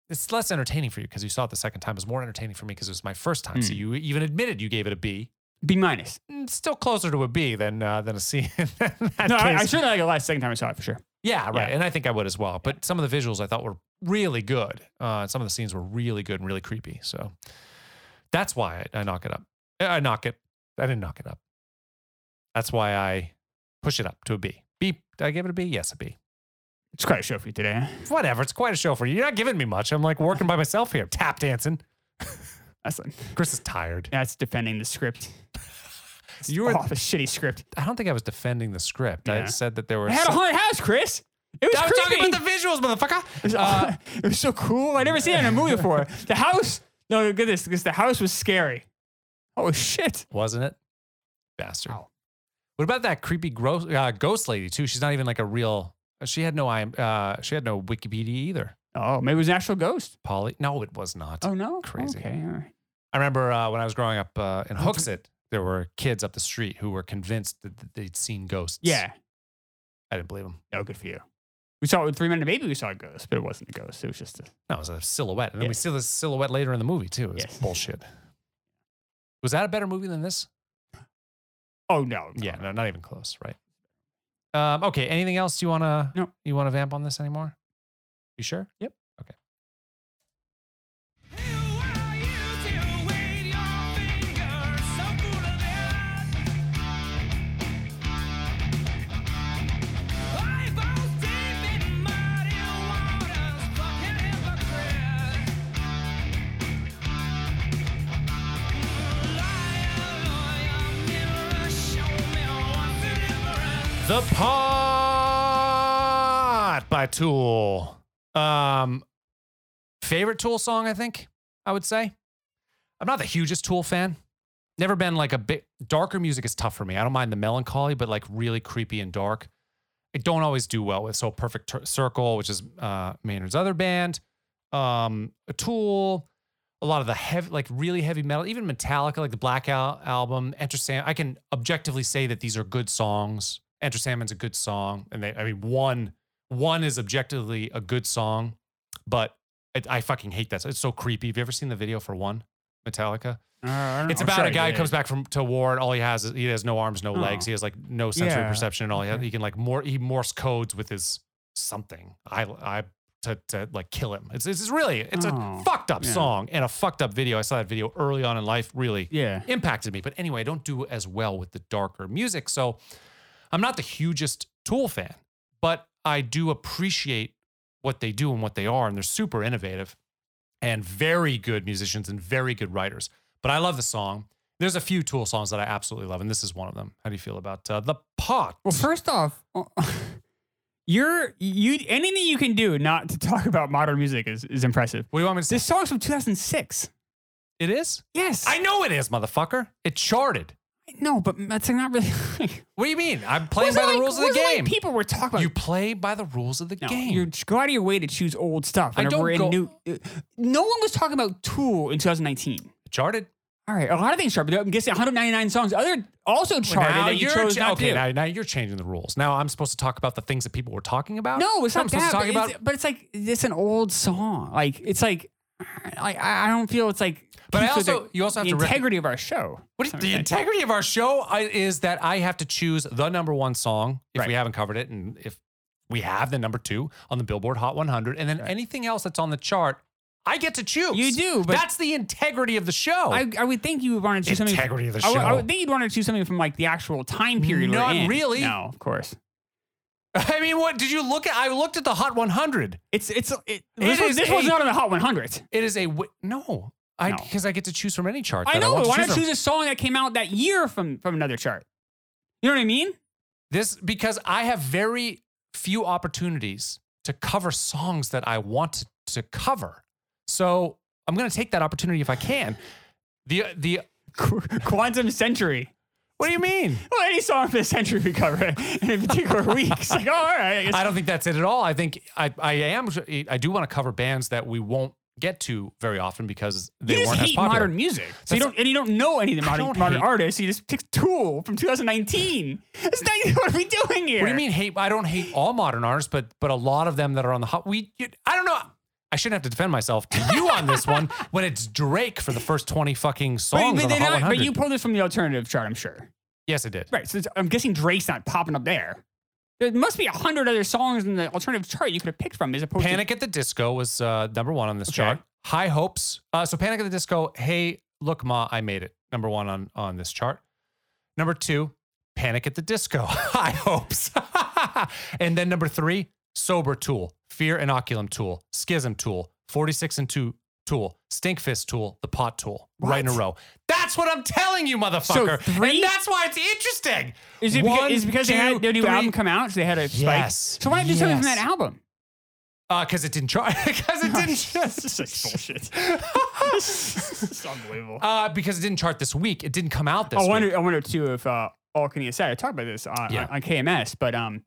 Speaker 1: it's less entertaining for you because you saw it the second time. It was more entertaining for me because it was my first time. So
Speaker 2: Mm.
Speaker 1: you even admitted you gave it a B.
Speaker 2: B minus.
Speaker 1: Mm, Still closer to a B than uh, than a C. in that
Speaker 2: No, I, I
Speaker 1: case.
Speaker 2: certainly like it last second time I saw it for sure.
Speaker 1: yeah, right.
Speaker 2: yeah.
Speaker 1: And I think I would as well. But some of the visuals I thought were really good. Uh, some of the scenes were really good and really creepy. So that's why I, I knock it up. Uh, I knock it. I didn't knock it up. That's why I push it up to a B. B. Did I give it a B? Yes, a B.
Speaker 2: It's quite a show for you today. huh?
Speaker 1: Whatever. It's quite a show for you. You're not giving me much. I'm like working by myself here, tap dancing.
Speaker 2: That's
Speaker 1: Chris is tired.
Speaker 2: that's defending the script.
Speaker 1: You were.
Speaker 2: Oh, the shitty script.
Speaker 1: I don't think I was defending the script. I
Speaker 2: Yeah.
Speaker 1: said that there were.
Speaker 2: I had a
Speaker 1: some-
Speaker 2: haunted house, Chris. It was
Speaker 1: I was
Speaker 2: creepy.
Speaker 1: talking about the visuals, motherfucker.
Speaker 2: it, was,
Speaker 1: Uh,
Speaker 2: it was so cool. I never seen it in a movie before. The house. No, look at this. Because the house was scary. Oh shit.
Speaker 1: wasn't it? Bastard.
Speaker 2: Ow.
Speaker 1: What about that creepy gross, uh, ghost lady too? She's not even like a real. She had no. I. Uh, she had no Wikipedia either.
Speaker 2: Oh, maybe it was an actual ghost.
Speaker 1: Polly. No, it was not.
Speaker 2: Oh no.
Speaker 1: Crazy.
Speaker 2: Okay. All right.
Speaker 1: I remember uh, when I was growing up uh, in
Speaker 2: That's-
Speaker 1: Hooksett, there were kids up the street who were convinced that that they'd seen ghosts.
Speaker 2: Yeah.
Speaker 1: I didn't believe them.
Speaker 2: No, good for you. We saw it with Three Men and a Baby. We saw a ghost, but it wasn't a ghost. It was just a.
Speaker 1: No, it was a silhouette, and then
Speaker 2: Yeah.
Speaker 1: we see this silhouette later in the movie too. It's
Speaker 2: Yes.
Speaker 1: bullshit. Was that a better movie than this?
Speaker 2: Oh no.
Speaker 1: Yeah, no, not even close, right? Um, okay. Anything else you wanna?
Speaker 2: No.
Speaker 1: You wanna vamp on this anymore? You sure? Yep. Okay. The Pot by Tool. Um, favorite Tool song, I think I would say. I'm not the hugest Tool fan. Never been like a bit darker music is tough for me. I don't mind the melancholy, but like really creepy and dark, I don't always do well with. So Perfect Tur- Circle, which is uh, Maynard's other band, um, a Tool, a lot of the heavy, like really heavy metal, even Metallica, like the Black Al- album, Enter Sand. I can objectively say that these are good songs. Enter Sandman's a good song, and they, I mean, one one is objectively a good song, but it, I fucking hate that. It's so creepy. Have you ever seen the video for one? Metallica.
Speaker 2: Uh, I don't
Speaker 1: It's
Speaker 2: know. I'm
Speaker 1: about
Speaker 2: sure
Speaker 1: a
Speaker 2: I
Speaker 1: guy who
Speaker 2: did.
Speaker 1: comes back from to war and all he has is he has no arms, no
Speaker 2: Oh.
Speaker 1: legs. He has like no sensory
Speaker 2: Yeah.
Speaker 1: perception and all. He,
Speaker 2: Okay.
Speaker 1: he can like more he Morse codes with his something. I I to, to like kill him. It's it's, it's really it's
Speaker 2: Oh.
Speaker 1: a fucked up
Speaker 2: Yeah.
Speaker 1: song and a fucked up video. I saw that video early on in life. Really
Speaker 2: Yeah.
Speaker 1: impacted me. But anyway, I don't do as well with the darker music. So I'm not the hugest Tool fan, but I do appreciate what they do and what they are. And they're super innovative and very good musicians and very good writers. But I love the song. There's a few Tool songs that I absolutely love, and this is one of them. How do you feel about uh, The Pot?
Speaker 2: Well, first off, oh, you're you anything you can do not to talk about modern music is, is impressive.
Speaker 1: What do you want me to say?
Speaker 2: This song's from 2006.
Speaker 1: It is?
Speaker 2: Yes.
Speaker 1: I know it is, motherfucker. It charted.
Speaker 2: know, but that's not really.
Speaker 1: What do you mean? I'm playing by the
Speaker 2: Wasn't like-
Speaker 1: rules of the
Speaker 2: wasn't like
Speaker 1: game.
Speaker 2: people were talking about
Speaker 1: you play by the rules of the
Speaker 2: No,
Speaker 1: game.
Speaker 2: You ch- go out of your way to choose old stuff.
Speaker 1: I
Speaker 2: whenever
Speaker 1: don't
Speaker 2: we're in
Speaker 1: go-
Speaker 2: new. uh, No one was talking about Tool in 2019.
Speaker 1: It charted.
Speaker 2: All right, a lot of things charted. but I'm guessing 199 songs. Other also charted
Speaker 1: now
Speaker 2: that you
Speaker 1: you're
Speaker 2: chose
Speaker 1: ch-
Speaker 2: not
Speaker 1: okay,
Speaker 2: to.
Speaker 1: now, now you're changing the rules. Now I'm supposed to talk about the things that people were talking about.
Speaker 2: no, it's
Speaker 1: I'm
Speaker 2: not
Speaker 1: supposed
Speaker 2: that.
Speaker 1: to talk
Speaker 2: But,
Speaker 1: about.
Speaker 2: it's, but it's like it's an old song. Like it's like, like I I don't feel it's like.
Speaker 1: But I
Speaker 2: keeps with
Speaker 1: also-
Speaker 2: the,
Speaker 1: you also have
Speaker 2: the
Speaker 1: to rec-
Speaker 2: integrity of our show.
Speaker 1: What is, the integrity of our show I, is that I have to choose the number one song if
Speaker 2: Right.
Speaker 1: we haven't covered it, and if we have, then number two on the Billboard Hot 100, and then anything else that's on the chart, I get to choose.
Speaker 2: You do, but-
Speaker 1: that's the integrity of the show.
Speaker 2: I, I would think you would want to choose something.
Speaker 1: Oh. Integrity of the
Speaker 2: I would, I
Speaker 1: show.
Speaker 2: would think you'd want to choose something from like the actual time period. we're
Speaker 1: Not
Speaker 2: in.
Speaker 1: really.
Speaker 2: No, of course.
Speaker 1: I mean, what did you look at? I looked at the Hot 100.
Speaker 2: It's it's it,
Speaker 1: It
Speaker 2: this, was,
Speaker 1: is
Speaker 2: this was
Speaker 1: a-
Speaker 2: not on the Hot 100.
Speaker 1: It is a w- no. I
Speaker 2: No.
Speaker 1: because I get to choose from any chart.
Speaker 2: I
Speaker 1: that
Speaker 2: know.
Speaker 1: want
Speaker 2: but
Speaker 1: to
Speaker 2: why not
Speaker 1: from.
Speaker 2: choose a song that came out that year from from another chart? You know what I mean?
Speaker 1: This because I have very few opportunities to cover songs that I want to cover. So I'm going to take that opportunity if I can. The the
Speaker 2: Qu- Quantum Century.
Speaker 1: what do you mean?
Speaker 2: Well, any song from the century we cover in a particular week. It's like, oh, all right. I guess.
Speaker 1: I don't think that's it at all. I think I I am I do want to cover bands that we won't get to very often because they
Speaker 2: you just
Speaker 1: weren't as
Speaker 2: hate
Speaker 1: popular.
Speaker 2: modern music, so you
Speaker 1: That's-
Speaker 2: don't and you don't know any of the
Speaker 1: don't
Speaker 2: modern, modern
Speaker 1: hate-
Speaker 2: artists. You just pick Tool from 2019. That's not what are we doing here?
Speaker 1: What do you mean hate? I don't hate all modern artists, but but a lot of them that are on the hot. We you, I don't know. I shouldn't have to defend myself to you on this one when it's Drake for the first twenty fucking
Speaker 2: But,
Speaker 1: songs
Speaker 2: but,
Speaker 1: on the
Speaker 2: they're
Speaker 1: Hot
Speaker 2: not,
Speaker 1: 100.
Speaker 2: but you pulled this from the alternative chart, I'm sure.
Speaker 1: yes, it did.
Speaker 2: Right. So it's- I'm guessing Drake's not popping up there. There must be a hundred other songs in the alternative chart you could have picked from, as opposed to
Speaker 1: Panic at the Disco was uh, number one on this chart. High Hopes. Uh, so Panic at the Disco. Hey, look, Ma, I made it. Number one on on this chart. Number two, Panic at the Disco. High Hopes. and then number three, Sober Tool, Fear Inoculum Tool, Schism Tool, Forty Six and Two Tool, Stink Fist Tool, the Pot Tool. Right in a
Speaker 2: What?
Speaker 1: row. That's what I'm telling you, motherfucker.
Speaker 2: three-
Speaker 1: and that's why it's interesting.
Speaker 2: Is it because,
Speaker 1: One,
Speaker 2: is it because they had
Speaker 1: two,
Speaker 2: their new
Speaker 1: three.
Speaker 2: album come out, so they had a spike?
Speaker 1: Yes,
Speaker 2: So why not do something from
Speaker 1: yes.
Speaker 2: that album? Oh,
Speaker 1: Uh, because it didn't chart. Because it didn't.
Speaker 2: This is bullshit. It's unbelievable.
Speaker 1: Uh, because it didn't chart this week. It didn't come out this
Speaker 2: Oh, I
Speaker 1: week.
Speaker 2: wonder, I wonder too if uh, all can eat aside. I talked about this on,
Speaker 1: Yeah.
Speaker 2: on, on KMS, but um,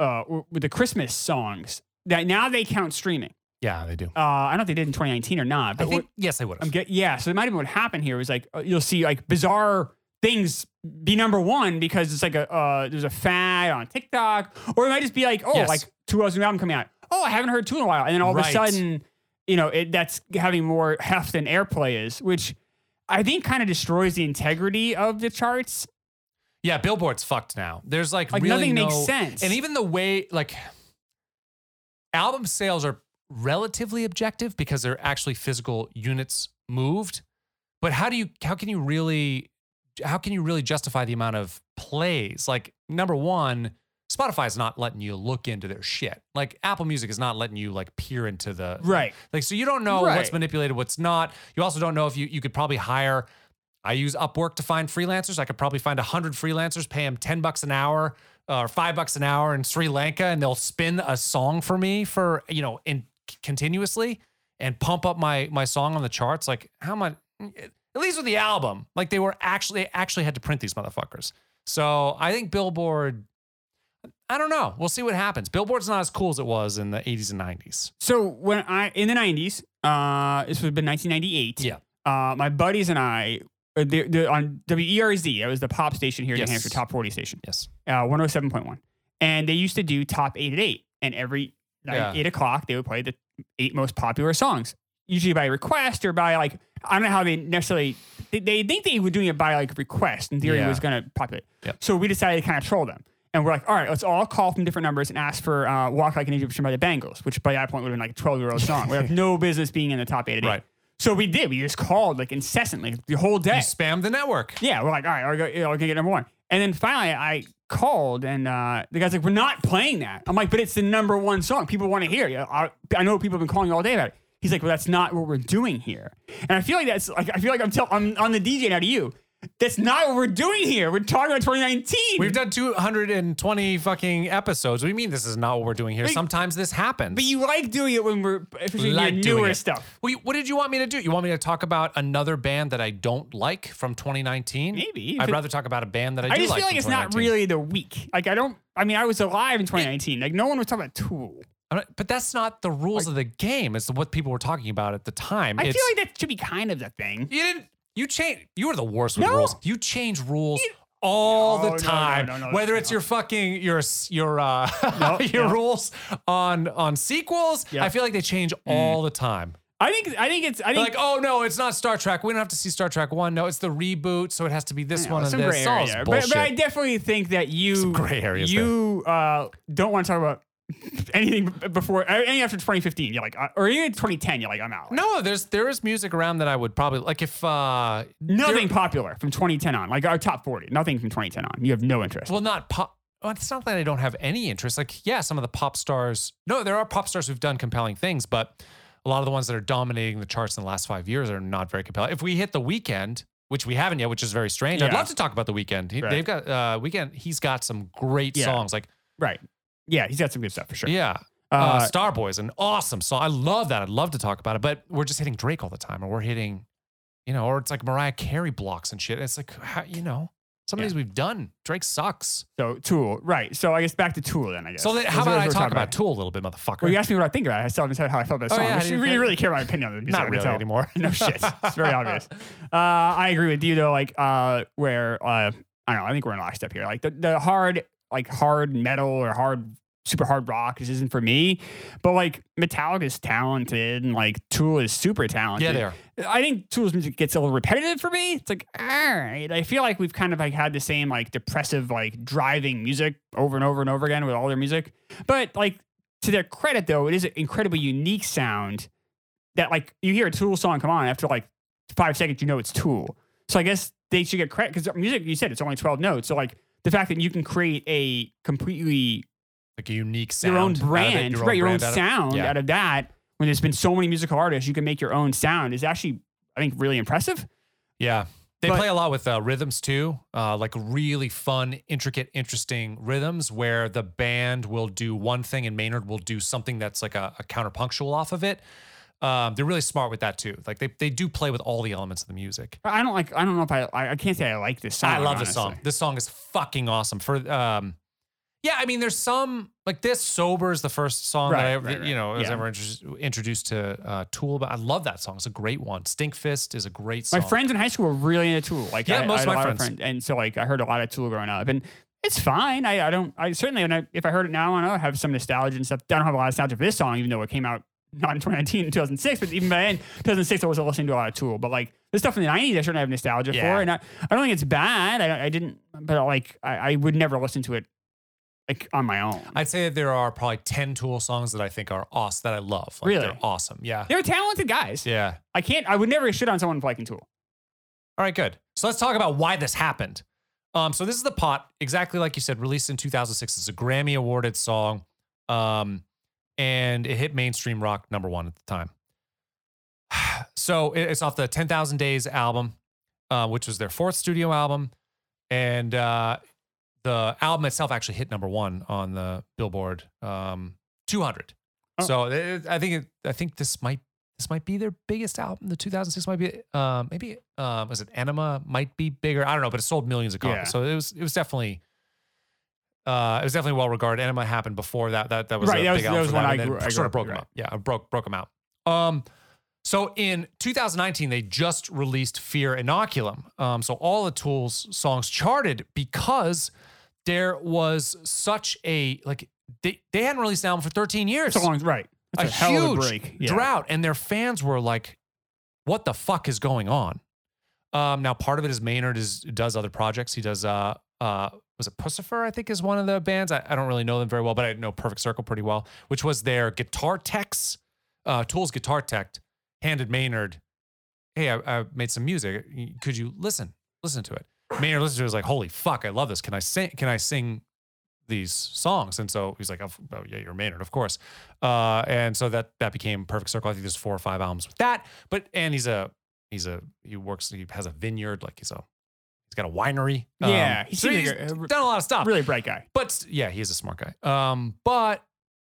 Speaker 2: uh, w- with the Christmas songs that now they count streaming.
Speaker 1: Yeah, they do.
Speaker 2: Uh, I don't know if they did in 2019 or not,
Speaker 1: I
Speaker 2: but
Speaker 1: think yes, they would.
Speaker 2: I'm
Speaker 1: have.
Speaker 2: get yeah. So it might have been what happened here was like uh, you'll see like bizarre things be number one because it's like a uh, there's a fad on TikTok, or it might just be like oh
Speaker 1: Yes.
Speaker 2: like Tool's new album coming out. Oh, I haven't heard Tool in a while, and then all
Speaker 1: Right.
Speaker 2: of a sudden, you know, it, that's having more heft than airplay is, which I think kind of destroys the integrity of the charts.
Speaker 1: Yeah, Billboard's fucked now. There's like,
Speaker 2: Like,
Speaker 1: really
Speaker 2: nothing
Speaker 1: no,
Speaker 2: makes sense.
Speaker 1: and even the way like album sales are relatively objective because they're actually physical units moved. But how do you? How can you really? How can you really justify the amount of plays? Like number one, Spotify's not letting you look into their shit. Like Apple Music is not letting you like peer into the
Speaker 2: Right.
Speaker 1: Like so you don't know what's
Speaker 2: Right.
Speaker 1: manipulated, what's not. You also don't know if you you could probably hire I use Upwork to find freelancers. I could probably find 100 freelancers, pay them 10 bucks an hour uh, or 5 bucks an hour in Sri Lanka and they'll spin a song for me for, you know, in continuously and pump up my my song on the charts like how much at least with the album, like they were actually they actually had to print these motherfuckers. So, I think Billboard I don't know. We'll see what happens. Billboard's not as cool as it was in the 80s and 90s.
Speaker 2: So when I in the 90s, uh, this would have been 1998.
Speaker 1: Yeah.
Speaker 2: Uh, my buddies and I. uh, The, the, on WERZ, that was the pop station here in
Speaker 1: Yes.
Speaker 2: New Hampshire, top 40 station.
Speaker 1: Yes.
Speaker 2: uh, 107.1. And they used to do top eight at eight. And every night,
Speaker 1: Yeah.
Speaker 2: eight o'clock, they would play the eight most popular songs. usually by request or by like I don't know how they necessarily they, they think they were doing it by like request. In theory,
Speaker 1: Yeah.
Speaker 2: it was going to populate.
Speaker 1: Yep.
Speaker 2: So we decided to kind of troll them, and we're like, all right, let's all call from different numbers and ask for uh, "Walk Like an Egyptian" by the Bangles, which by that point would have been like a twelve-year-old song. we have no business being in the top eight. of the-
Speaker 1: Right.
Speaker 2: So we did. We just called like incessantly the whole day.
Speaker 1: Spam the network.
Speaker 2: Yeah, we're like, all right, we're gonna, you know, we're gonna get number one. And then finally, I called, and uh, the guy's like, we're not playing that. I'm like, but it's the number one song. People want to hear it. I, I know people have been calling all day about it. He's like, well, that's not what we're doing here. And I feel like that's like I feel like I'm tell- I'm on the DJ now to you. That's not what we're doing here. We're talking about 2019.
Speaker 1: We've done 220 fucking episodes. What do you mean this is not what we're doing here? Sometimes this happens.
Speaker 2: but you like doing it when we're especially
Speaker 1: like
Speaker 2: your
Speaker 1: doing
Speaker 2: newer
Speaker 1: it.
Speaker 2: stuff.
Speaker 1: Well, you- what did you want me to do? You want me to talk about another band that I don't like from 2019?
Speaker 2: Maybe,
Speaker 1: I'd
Speaker 2: but-
Speaker 1: rather talk about a band that I do
Speaker 2: I just
Speaker 1: like
Speaker 2: feel like
Speaker 1: from
Speaker 2: it's not
Speaker 1: 2019.
Speaker 2: really the week. Like I don't. I mean, I was alive in 2019. Like no one was talking about Tool.
Speaker 1: I'm not- But that's not the rules of the game. It's what people were talking about at the time.
Speaker 2: I
Speaker 1: it's,
Speaker 2: feel like that should be kind of the thing.
Speaker 1: you didn't. You change. You were the worst with
Speaker 2: No.
Speaker 1: rules. You change rules. all
Speaker 2: No,
Speaker 1: the
Speaker 2: no,
Speaker 1: time,
Speaker 2: no, no, no,
Speaker 1: whether
Speaker 2: no.
Speaker 1: it's your fucking your s- your uh,
Speaker 2: No,
Speaker 1: your
Speaker 2: no.
Speaker 1: rules on on sequels,
Speaker 2: Yeah.
Speaker 1: I feel like they change all the time.
Speaker 2: I think I think it's I
Speaker 1: They're
Speaker 2: Mm. think
Speaker 1: like, oh no, it's not Star Trek. We don't have to see Star Trek one. No, it's the reboot, so it has to be this
Speaker 2: you know,
Speaker 1: one and
Speaker 2: some
Speaker 1: this.
Speaker 2: gray
Speaker 1: It's all
Speaker 2: area. But,
Speaker 1: bullshit.
Speaker 2: but I definitely think that you
Speaker 1: Some gray areas
Speaker 2: You uh, don't want to talk about anything b- before uh, any after 2015. You're like, uh, or even 2010. You're like, I'm out. Like,
Speaker 1: no, there's there is music around that I would probably like if uh
Speaker 2: nothing popular from 2010 on. Like our top 40. Nothing from 2010 on. You have no interest.
Speaker 1: well not pop. Well, it's not that I don't have any interest. Like yeah, some of the pop stars. No, there are pop stars who've done compelling things, but a lot of the ones that are dominating the charts in the last five years are not very compelling. If we hit the weekend. Which we haven't yet, which is very strange. I'd
Speaker 2: Yeah.
Speaker 1: love to talk about the weekend. He,
Speaker 2: Right.
Speaker 1: They've got uh, weekend. He's got some great
Speaker 2: Yeah.
Speaker 1: songs. Like
Speaker 2: right. Yeah, he's got some good stuff for sure.
Speaker 1: yeah,
Speaker 2: Uh,
Speaker 1: Uh, Starboy is an awesome song. I love that. I'd love to talk about it, but we're just hitting Drake all the time, or we're hitting, you know, or it's like Mariah Carey blocks and shit. It's like, how, you know, some
Speaker 2: Yeah.
Speaker 1: of these we've done. Drake sucks.
Speaker 2: so Tool. Right. So I guess back to Tool then. I guess.
Speaker 1: So then, how
Speaker 2: Those are
Speaker 1: about I
Speaker 2: what we're
Speaker 1: talk
Speaker 2: talking
Speaker 1: about Tool a little bit, motherfucker?
Speaker 2: Well, you asked me what I think about. it. I still haven't said how I felt about the
Speaker 1: Oh,
Speaker 2: song.
Speaker 1: yeah,
Speaker 2: which
Speaker 1: how do
Speaker 2: you
Speaker 1: you
Speaker 2: really,
Speaker 1: feel?
Speaker 2: really care about my opinion on the music. I
Speaker 1: Not
Speaker 2: can
Speaker 1: really
Speaker 2: tell.
Speaker 1: anymore.
Speaker 2: no shit. It's very obvious. Uh, I agree with you though. Like uh, where uh, I don't know. I think we're in lockstep here. Like the, the hard, like hard metal or hard, super hard rock. This isn't for me. But like Metallica is talented, and like Tool is super talented.
Speaker 1: yeah, there.
Speaker 2: I think Tool's music gets a little repetitive for me. It's like, all right. I feel like we've kind of like had the same like depressive, like driving music over and over and over again with all their music. But like to their credit though, it is an incredibly unique sound that like you hear a Tool song come on after like five seconds, you know it's Tool. So I guess they should get credit because music, you said it's only 12 notes. So like the fact that you can create a completely
Speaker 1: Like a unique sound.
Speaker 2: your own
Speaker 1: out of it,
Speaker 2: brand, right? Your own
Speaker 1: brand out of-
Speaker 2: sound
Speaker 1: Yeah.
Speaker 2: out of that. When there's been so many musical artists, you can make your own sound. Is actually, I think, really impressive.
Speaker 1: Yeah. They
Speaker 2: But-
Speaker 1: play a lot with uh, rhythms too, uh, like really fun, intricate, interesting rhythms where the band will do one thing and Maynard will do something that's like a, a counterpunctual off of it. Um, they're really smart with that too. Like they, they do play with all the elements of the music.
Speaker 2: I don't like. I don't know if I. I, I can't say I like this song.
Speaker 1: I love this
Speaker 2: honestly.
Speaker 1: song. This song is fucking awesome. For um, yeah, I mean, there's some like this. Sober is the first song that I
Speaker 2: Right,
Speaker 1: ever,
Speaker 2: right, right.
Speaker 1: you know, was
Speaker 2: Yeah.
Speaker 1: ever intro- introduced to uh, Tool. But I love that song. It's a great one. Stinkfist is a great
Speaker 2: My
Speaker 1: song.
Speaker 2: friends in high school were really into Tool. Like,
Speaker 1: Yeah,
Speaker 2: I,
Speaker 1: most
Speaker 2: I had
Speaker 1: of my
Speaker 2: a lot
Speaker 1: friends.
Speaker 2: and so like I heard a lot of Tool growing up, and it's fine. I, I don't. I certainly, when I, if I heard it now, I know I have some nostalgia and stuff. I don't have a lot of nostalgia for this song, even though it came out not in 2019, in 2006. But even by then, 2006, I was listening to a lot of Tool. But like the stuff in the 90s, I certainly have nostalgia
Speaker 1: Yeah.
Speaker 2: for, and I, I don't think it's bad. I, I didn't, but like I, I would never listen to it like on my own.
Speaker 1: I'd say that there are probably 10 Tool songs that I think are awesome, that I love. Like,
Speaker 2: Really?
Speaker 1: They're awesome. Yeah.
Speaker 2: They're talented guys.
Speaker 1: Yeah.
Speaker 2: I can't. I would never shit on someone for liking Tool.
Speaker 1: All right, good. So let's talk about why this happened. Um, so this is the pot, exactly like you said, released in 2006. It's a Grammy awarded song, um, and it hit mainstream rock number one at the time. so it- it's off the 10,000 Days album, uh, which was their fourth studio album, and uh, the album itself actually hit number one on the Billboard um, 200.
Speaker 2: Oh.
Speaker 1: So it, I think it, I think this might this might be their biggest album. The 2006 might be, um, maybe, um, was it Anima? Might be bigger. I don't know, but it sold millions of copies.
Speaker 2: Yeah.
Speaker 1: So it was, it was definitely, uh, it was definitely well regarded. Anima happened before that. That that was
Speaker 2: Right,
Speaker 1: A
Speaker 2: that was-
Speaker 1: big
Speaker 2: that
Speaker 1: album
Speaker 2: was
Speaker 1: for
Speaker 2: when
Speaker 1: them,
Speaker 2: I
Speaker 1: and then
Speaker 2: grew- I
Speaker 1: sort
Speaker 2: grew
Speaker 1: of
Speaker 2: up,
Speaker 1: broke them
Speaker 2: right.
Speaker 1: up. Yeah, I broke broke them out. Um, so in 2019, they just released Fear Inoculum. Um, so all the Tools songs charted because there was such a like they they hadn't released an album for 13 years.
Speaker 2: So long, right? That's a hell of a break. Yeah.
Speaker 1: drought, and their fans were like, "What the fuck is going on?" Um, now, part of it is Maynard is does other projects. He does uh uh was it Pussifer? I think is one of the bands. I, I don't really know them very well, but I know Perfect Circle pretty well, which was their guitar techs, uh, Tools guitar tech, handed Maynard, "Hey, I, I made some music. Could you listen listen to it?" Maynard listened to it was like, "Holy fuck, I love this. Can I sing? Can I sing?" these songs and so he's like oh, f- oh yeah you're maynard of course uh, and so that that became perfect circle i think there's four or five albums with that but and he's a he's a he works he has a vineyard like he's a he's got a winery Um,
Speaker 2: Yeah, he
Speaker 1: so he's
Speaker 2: seems like a- uh, a re-
Speaker 1: done a lot of stuff
Speaker 2: Really bright guy.
Speaker 1: but s- yeah he is a smart guy um but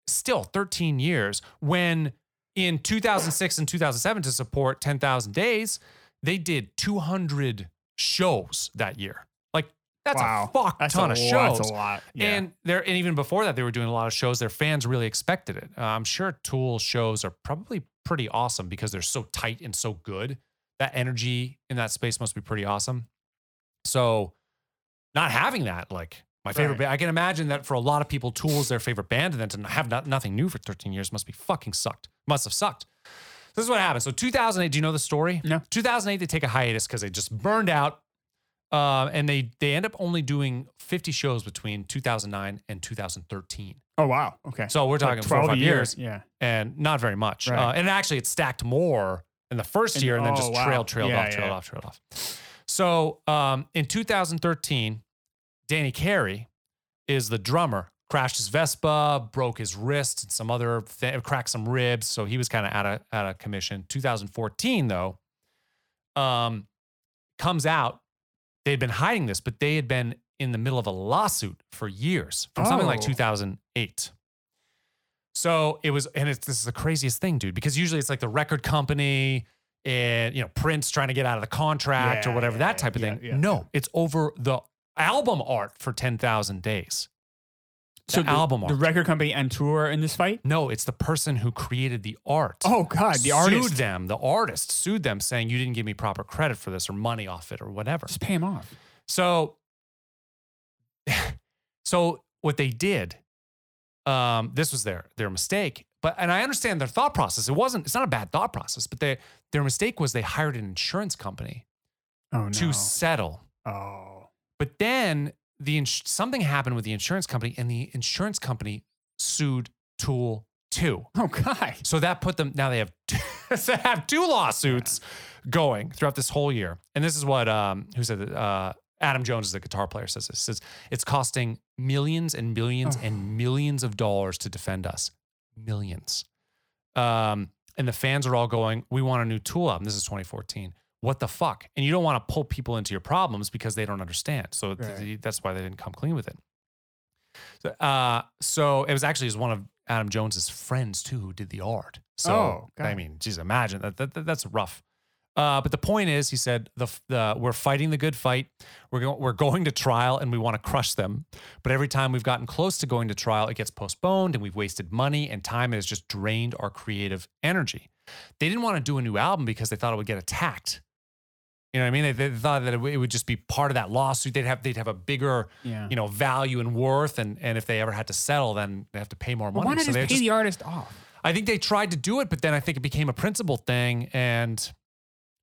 Speaker 1: still 13 years when in 2006 and 2007 to support 10,000 days they did 200 shows that year like that's
Speaker 2: wow.
Speaker 1: a fuck
Speaker 2: That's
Speaker 1: ton
Speaker 2: a
Speaker 1: of
Speaker 2: lot,
Speaker 1: shows
Speaker 2: That's a lot. Yeah.
Speaker 1: and there, and even before that, they were doing a lot of shows. Their fans really expected it. Uh, I'm sure Tool shows are probably pretty awesome because they're so tight and so good. That energy in that space must be pretty awesome. So, not having that, like my favorite,
Speaker 2: Right.
Speaker 1: band, I can imagine that for a lot of people, Tool is their favorite band, and then to have not, nothing new for 13 years must be fucking sucked. Must have sucked. This is what happened. So 2008. Do you know the story?
Speaker 2: No.
Speaker 1: 2008. They take a hiatus because they just burned out uh, and they they end up only doing 50 shows between 2009 and 2013.
Speaker 2: oh wow. Okay.
Speaker 1: So we're talking
Speaker 2: Like
Speaker 1: four or
Speaker 2: 12
Speaker 1: five
Speaker 2: a year.
Speaker 1: years,
Speaker 2: Yeah.
Speaker 1: and not very much.
Speaker 2: Right.
Speaker 1: Uh, and actually, it stacked more in the first
Speaker 2: And-
Speaker 1: year, and then
Speaker 2: oh,
Speaker 1: just
Speaker 2: wow.
Speaker 1: trailed, trailed
Speaker 2: Yeah,
Speaker 1: off, trailed
Speaker 2: yeah.
Speaker 1: off, trailed off. So um, in 2013, Danny Carey is the drummer. Crashed his Vespa, broke his wrist, and some other thing, cracked some ribs. So he was kind of out of out of commission. 2014 though, um, comes out they had been hiding this, but they had been in the middle of a lawsuit for years from something like
Speaker 2: Oh.
Speaker 1: 2008. So it was, and it's this is the craziest thing, dude, because usually it's like the record company and you know Prince trying to get out of the contract or
Speaker 2: Yeah,
Speaker 1: whatever
Speaker 2: yeah,
Speaker 1: that type of
Speaker 2: yeah,
Speaker 1: thing.
Speaker 2: yeah,
Speaker 1: no, it's over the album art for 10,000 days.
Speaker 2: So
Speaker 1: the album
Speaker 2: the
Speaker 1: art.
Speaker 2: record company and tour in this fight.
Speaker 1: No, it's the person who created the art.
Speaker 2: Oh God, the artist
Speaker 1: sued them. The artist sued them saying you didn't give me proper credit for this or money off it or whatever.
Speaker 2: just pay him off.
Speaker 1: So, so what they did, um, this was their their mistake. But and I understand their thought process. It wasn't. It's not a bad thought process. But they their mistake was they hired an insurance company
Speaker 2: Oh no.
Speaker 1: to settle.
Speaker 2: oh.
Speaker 1: But then the ins- something happened with the insurance company, and the insurance company sued Tool too.
Speaker 2: Oh God.
Speaker 1: So that put them now they have they have two lawsuits going throughout this whole year. And this is what um who said that, uh Adam Jones is the guitar player says this says it's costing millions and millions and millions of dollars to defend us. Millions. Um and the fans are all going, "We want a new Tool album." This is 2014. What the fuck? And you don't want to pull people into your problems because they don't understand. So th-
Speaker 2: Right.
Speaker 1: th- that's why they didn't come clean with it. So, uh, so it was actually it was one of Adam Jones's friends too who did the art. So
Speaker 2: Oh, got
Speaker 1: I
Speaker 2: it.
Speaker 1: mean, geez, imagine that, that, that- that's rough. Uh, but the point is, he said, the, f- the we're fighting the good fight. We're going we're going to trial and we want to crush them. But every time we've gotten close to going to trial, it gets postponed and we've wasted money and time and has just drained our creative energy. They didn't want to do a new album because they thought it would get attacked. You know what I mean? They, they thought that it would- it would just be part of that lawsuit. They'd have they'd have a bigger
Speaker 2: Yeah.
Speaker 1: you know value and worth and and if they ever had to settle then they have to pay more
Speaker 2: Well,
Speaker 1: money
Speaker 2: why not
Speaker 1: so
Speaker 2: just
Speaker 1: they
Speaker 2: pay
Speaker 1: just-
Speaker 2: the artist off?
Speaker 1: i think they tried to do it but then i think it became a principal thing and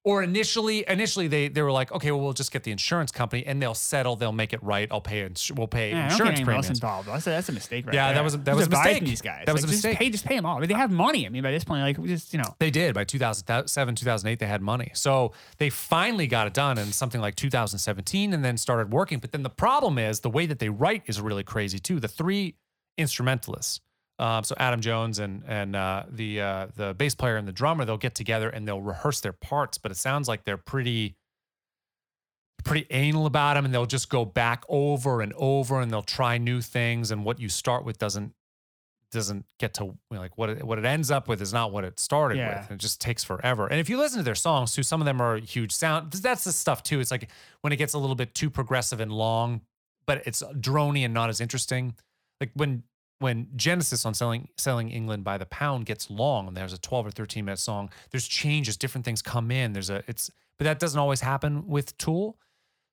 Speaker 1: or initially initially they they were like okay well we'll just get the insurance company and they'll settle they'll make it right i'll pay ins- we'll pay
Speaker 2: Yeah, I don't get
Speaker 1: insurance
Speaker 2: anyone else
Speaker 1: premiums
Speaker 2: involved. That's a, that's a mistake, right?
Speaker 1: Yeah, that
Speaker 2: there.
Speaker 1: was a- that
Speaker 2: Who's
Speaker 1: was a
Speaker 2: advising
Speaker 1: mistake.
Speaker 2: These guys.
Speaker 1: That was
Speaker 2: Like,
Speaker 1: a
Speaker 2: just
Speaker 1: mistake.
Speaker 2: Pay, just pay them off. I mean, they have money. I mean, by this point, like we just you know.
Speaker 1: They did by 2007, 2008, they had money. So they finally got it done in something like 2017 and then started working. But then the problem is the way that they write is really crazy too. The three instrumentalists, um, so Adam Jones and and uh, the uh, the bass player and the drummer, they'll get together and they'll rehearse their parts. But it sounds like they're pretty pretty anal about them and they'll just go back over and over and they'll try new things and what you start with doesn't doesn't get to you know, like what it, what it ends up with is not what it started
Speaker 2: Yeah.
Speaker 1: with. It just takes forever. And if you listen to their songs too, some of them are huge sound. That's the stuff too. It's like when it gets a little bit too progressive and long, but it's drony and not as interesting. Like when when Genesis on selling selling England by the pound gets long, and there's a 12 or 13 minute song. There's changes, different things come in. There's a it's but that doesn't always happen with Tool.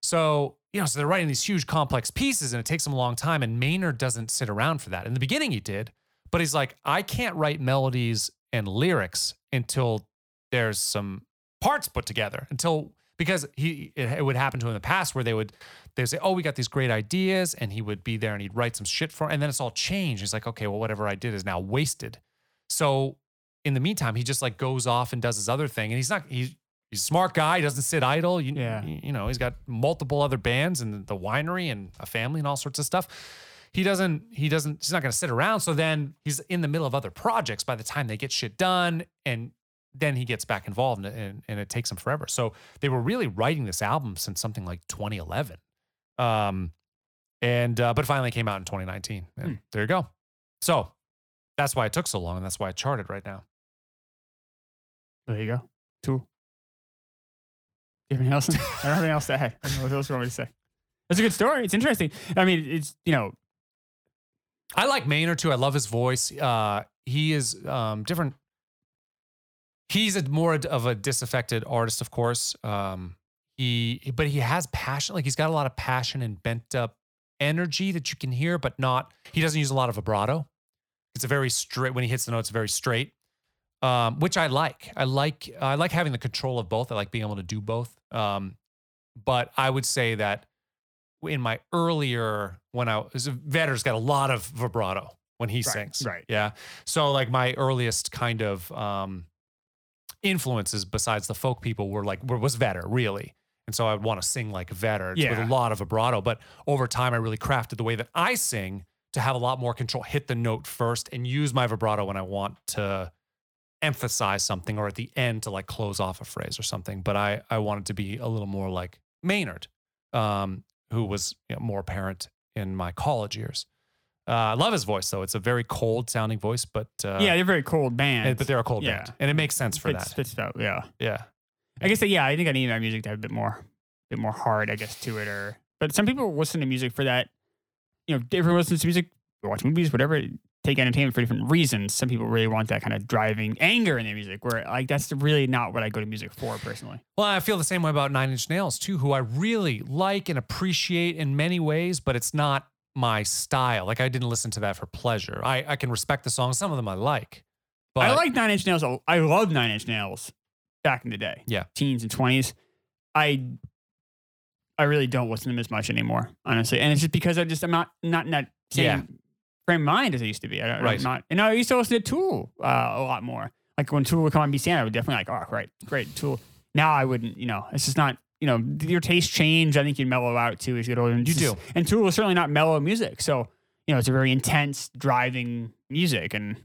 Speaker 1: So, you know, so they're writing these huge complex pieces and it takes them a long time. And Maynard doesn't sit around for that. In the beginning, he did, But he's like, I can't write melodies and lyrics until there's some parts put together. Until because he it, it would happen to him in the past where they would they would say, oh, we got these great ideas, and he would be there and he'd write some shit for, and then it's all changed. He's like, okay, well, whatever I did is now wasted. So in the meantime, he just like goes off and does his other thing, and he's not he's he's a smart guy. He doesn't sit idle. You,
Speaker 2: Yeah.
Speaker 1: you know, he's got multiple other bands and the winery and a family and all sorts of stuff. He doesn't. He doesn't. He's not going to sit around. So then he's in the middle of other projects. By the time they get shit done, and then he gets back involved, and, and, and it takes him forever. So they were really writing this album since something like 2011. Um, and uh, but it finally came out in 2019. And
Speaker 2: Hmm.
Speaker 1: there you go. So that's why it took so long, and that's why it charted right now.
Speaker 2: There you go. Two. Do you have anything else? I don't have anything else to add. I don't know what else you want me to say. That's a good story. It's interesting. I mean, it's you know,
Speaker 1: I like Maynard too. I love his voice. Uh, he is um, different. He's a more of a disaffected artist, of course. Um, he, but he has passion. Like he's got a lot of passion and bent up energy that you can hear, but not. He doesn't use a lot of vibrato. It's a very straight. When he hits the note, it's very straight, um, which I like. I like. I like having the control of both. I like being able to do both. Um, but I would say that in my earlier when I was Vetter's got a lot of vibrato when he
Speaker 2: Right,
Speaker 1: sings.
Speaker 2: right.
Speaker 1: Yeah. So like my earliest kind of um influences besides the folk people were like were, was Vetter really. And so I would want to sing like Vetter It's with a
Speaker 2: Yeah.
Speaker 1: lot of vibrato. But over time I really crafted the way that I sing to have a lot more control, hit the note first and use my vibrato when I want to emphasize something or at the end to like close off a phrase or something. But I I wanted to be a little more like Maynard, um, who was you know, more apparent in my college years. Uh, I love his voice though; it's a very cold sounding voice, but uh,
Speaker 2: yeah, they're very cold band.
Speaker 1: and- but they're a cold
Speaker 2: yeah.
Speaker 1: band, and it makes sense for
Speaker 2: fits,
Speaker 1: that.
Speaker 2: Fits out. Yeah.
Speaker 1: Yeah,
Speaker 2: I guess that, yeah, I think I need my music to have a bit more, bit more hard, I guess, to it. Or but some people listen to music for that. You know, everyone listens to music, watch movies, whatever. Take entertainment for different reasons. Some people really want that kind of driving anger in their music, where like that's really not what I go to music for personally.
Speaker 1: Well, I feel the same way about Nine Inch Nails too, who I really like and appreciate in many ways, but it's not my style. Like I didn't listen to that for pleasure. I, I can respect the songs. Some of them I like. But
Speaker 2: I like Nine Inch Nails. a- I love Nine Inch Nails back in the day.
Speaker 1: Yeah.
Speaker 2: Teens and 20s. I I really don't listen to them as much anymore, honestly. And it's just because I just I'm not not in that same
Speaker 1: Yeah.
Speaker 2: frame of mind as I used to be. I don't,
Speaker 1: Right.
Speaker 2: I'm not and I used to listen to Tool uh, a lot more. Like when Tool would come on BCN, I would definitely like, oh right, great Tool. Now I wouldn't, you know, it's just not you know, your tastes change. I think you mellow out too as you get older. And
Speaker 1: You
Speaker 2: it's just- And Tool is certainly not mellow music. So, you know, it's a very intense, driving music. And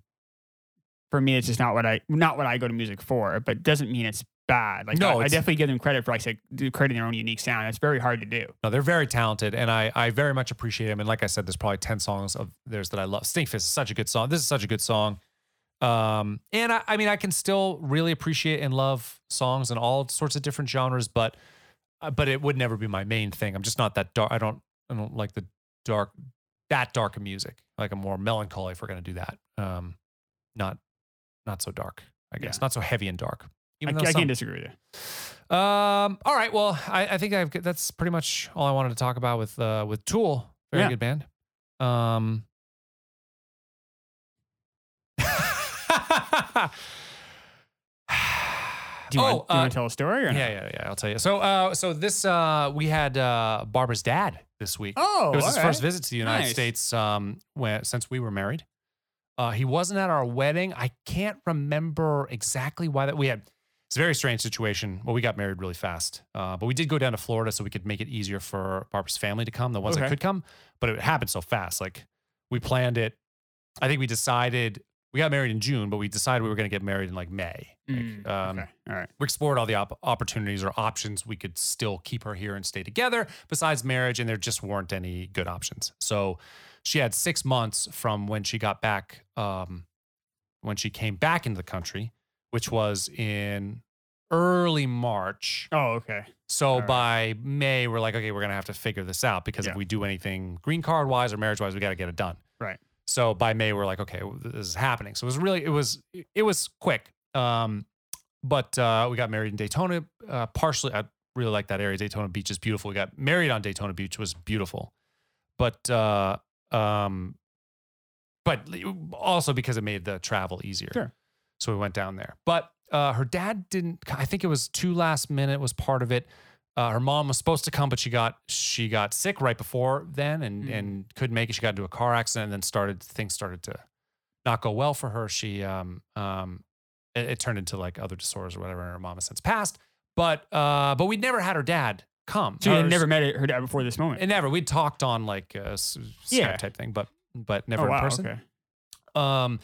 Speaker 2: for me, it's just not what I not what I go to music for. But it doesn't mean it's bad. Like
Speaker 1: No,
Speaker 2: I, I
Speaker 1: it's-
Speaker 2: definitely give them credit for like say, do- creating their own unique sound. It's very hard to do.
Speaker 1: No, they're very talented, and I I very much appreciate them. And like I said, there's probably ten songs of theirs that I love. Stinkfist is such a good song. This is such a good song. Um, and I, I mean, I can still really appreciate and love songs in all sorts of different genres, but uh, but it would never be my main thing. I'm just not that dark. I don't I don't like the dark that dark of music. Like I'm more melancholy if we're gonna do that. Um, not not so dark. I guess
Speaker 2: Yeah.
Speaker 1: not so heavy and dark.
Speaker 2: I,
Speaker 1: Even though
Speaker 2: I
Speaker 1: some-
Speaker 2: can't disagree with you.
Speaker 1: um. All right. Well, I, I think I've got- that's pretty much all I wanted to talk about with uh with Tool. Very
Speaker 2: Yeah.
Speaker 1: good band. Um.
Speaker 2: Do you, want, do you
Speaker 1: uh,
Speaker 2: want to tell a story?
Speaker 1: yeah,
Speaker 2: Or not?
Speaker 1: yeah, yeah. I'll tell you. So, uh, so this uh, we had uh, Barbara's dad this week.
Speaker 2: Oh,
Speaker 1: It was his
Speaker 2: all
Speaker 1: first
Speaker 2: right.
Speaker 1: visit to the United
Speaker 2: Nice.
Speaker 1: States um, when, since we were married. Uh, he wasn't at our wedding. I can't remember exactly why that we had. It's a very strange situation. Well, we got married really fast, uh, but we did go down to Florida so we could make it easier for Barbara's family to come, the ones that
Speaker 2: Okay.
Speaker 1: could come. But it happened so fast. Like we planned it. I think we decided we got married in June, but we decided we were going to get married in like May. Like,
Speaker 2: Mm,
Speaker 1: um,
Speaker 2: okay. All right.
Speaker 1: we explored all the op- opportunities or options we could still keep her here and stay together besides marriage and there just weren't any good options so she had six months from when she got back um, when she came back into the country which was in early march
Speaker 2: Oh, okay.
Speaker 1: so
Speaker 2: All right.
Speaker 1: by May, we're like, okay, we're gonna have to figure this out because if
Speaker 2: Yeah.
Speaker 1: we do anything green card wise or marriage wise, we got to get it done.
Speaker 2: Right.
Speaker 1: So by May, we're like, okay, w- this is happening. So it was really, it was, it was quick. Um, but uh, we got married in Daytona. Uh, partially, I really like that area. Daytona Beach is beautiful. We got married on Daytona Beach, was beautiful. But uh, um, but also because it made the travel easier.
Speaker 2: Sure.
Speaker 1: So we went down there. But uh, her dad didn't. I think it was too last minute was part of it. Uh, her mom was supposed to come, but she got she got sick right before then and
Speaker 2: Mm.
Speaker 1: and couldn't make it. She got into a car accident and then started things started to not go well for her. She um um it, it turned into like other disorders or whatever. And her mom has since passed. But uh but we'd never had her dad come.
Speaker 2: She had
Speaker 1: Or-
Speaker 2: never met her dad before this moment.
Speaker 1: and never. We talked on like a s- Skype
Speaker 2: Yeah.
Speaker 1: type thing, but but
Speaker 2: Oh,
Speaker 1: never
Speaker 2: wow,
Speaker 1: in person.
Speaker 2: okay.
Speaker 1: Um,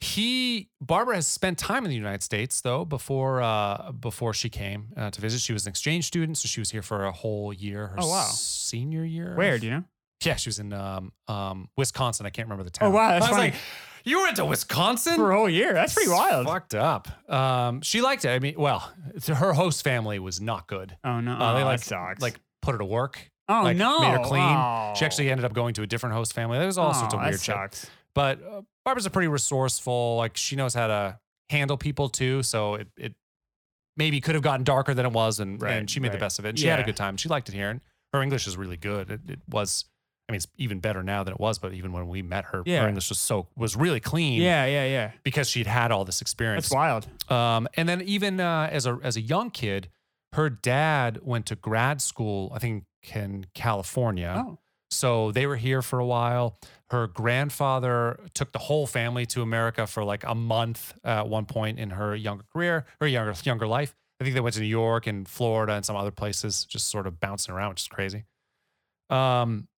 Speaker 1: he Barbara has spent time in the United States though before uh before she came uh, to visit. She was an exchange student, so she was here for a whole year. Her
Speaker 2: Oh, wow.
Speaker 1: senior year.
Speaker 2: Where
Speaker 1: of-
Speaker 2: do you know?
Speaker 1: Yeah, she was in um um Wisconsin. I can't remember the town.
Speaker 2: Oh, wow, that's
Speaker 1: I was
Speaker 2: funny.
Speaker 1: like, you went to Wisconsin
Speaker 2: For a whole year. That's pretty
Speaker 1: It's
Speaker 2: wild.
Speaker 1: Fucked up. Um, she liked it. I mean, well, her host family was not good.
Speaker 2: Oh no,
Speaker 1: Uh, they
Speaker 2: oh,
Speaker 1: like
Speaker 2: that sucks.
Speaker 1: like put her to work.
Speaker 2: oh
Speaker 1: like,
Speaker 2: no,
Speaker 1: made her clean.
Speaker 2: Oh.
Speaker 1: She actually ended up going to a different host family. There's all sorts
Speaker 2: oh,
Speaker 1: of
Speaker 2: that
Speaker 1: weird shit.
Speaker 2: sucks.
Speaker 1: But uh, Barbara's a pretty resourceful. Like she knows how to handle people too. So it it maybe could have gotten darker than it was, and
Speaker 2: Right,
Speaker 1: and she made
Speaker 2: right.
Speaker 1: the best of it. And she had a
Speaker 2: Yeah.
Speaker 1: good time. She liked it here, and her English is really good. It, it was. I mean, it's even better now than it was, but even when we met her,
Speaker 2: Yeah.
Speaker 1: her English was so was really clean.
Speaker 2: Yeah, yeah, yeah.
Speaker 1: because she'd had all this experience.
Speaker 2: That's wild.
Speaker 1: Um, and then even uh, as a as a young kid, her dad went to grad school. I think in California.
Speaker 2: Oh,
Speaker 1: So they were here for a while. Her grandfather took the whole family to America for like a month uh, at one point in her younger career, her younger younger life. I think they went to New York and Florida and some other places, just sort of bouncing around, which is crazy. Um,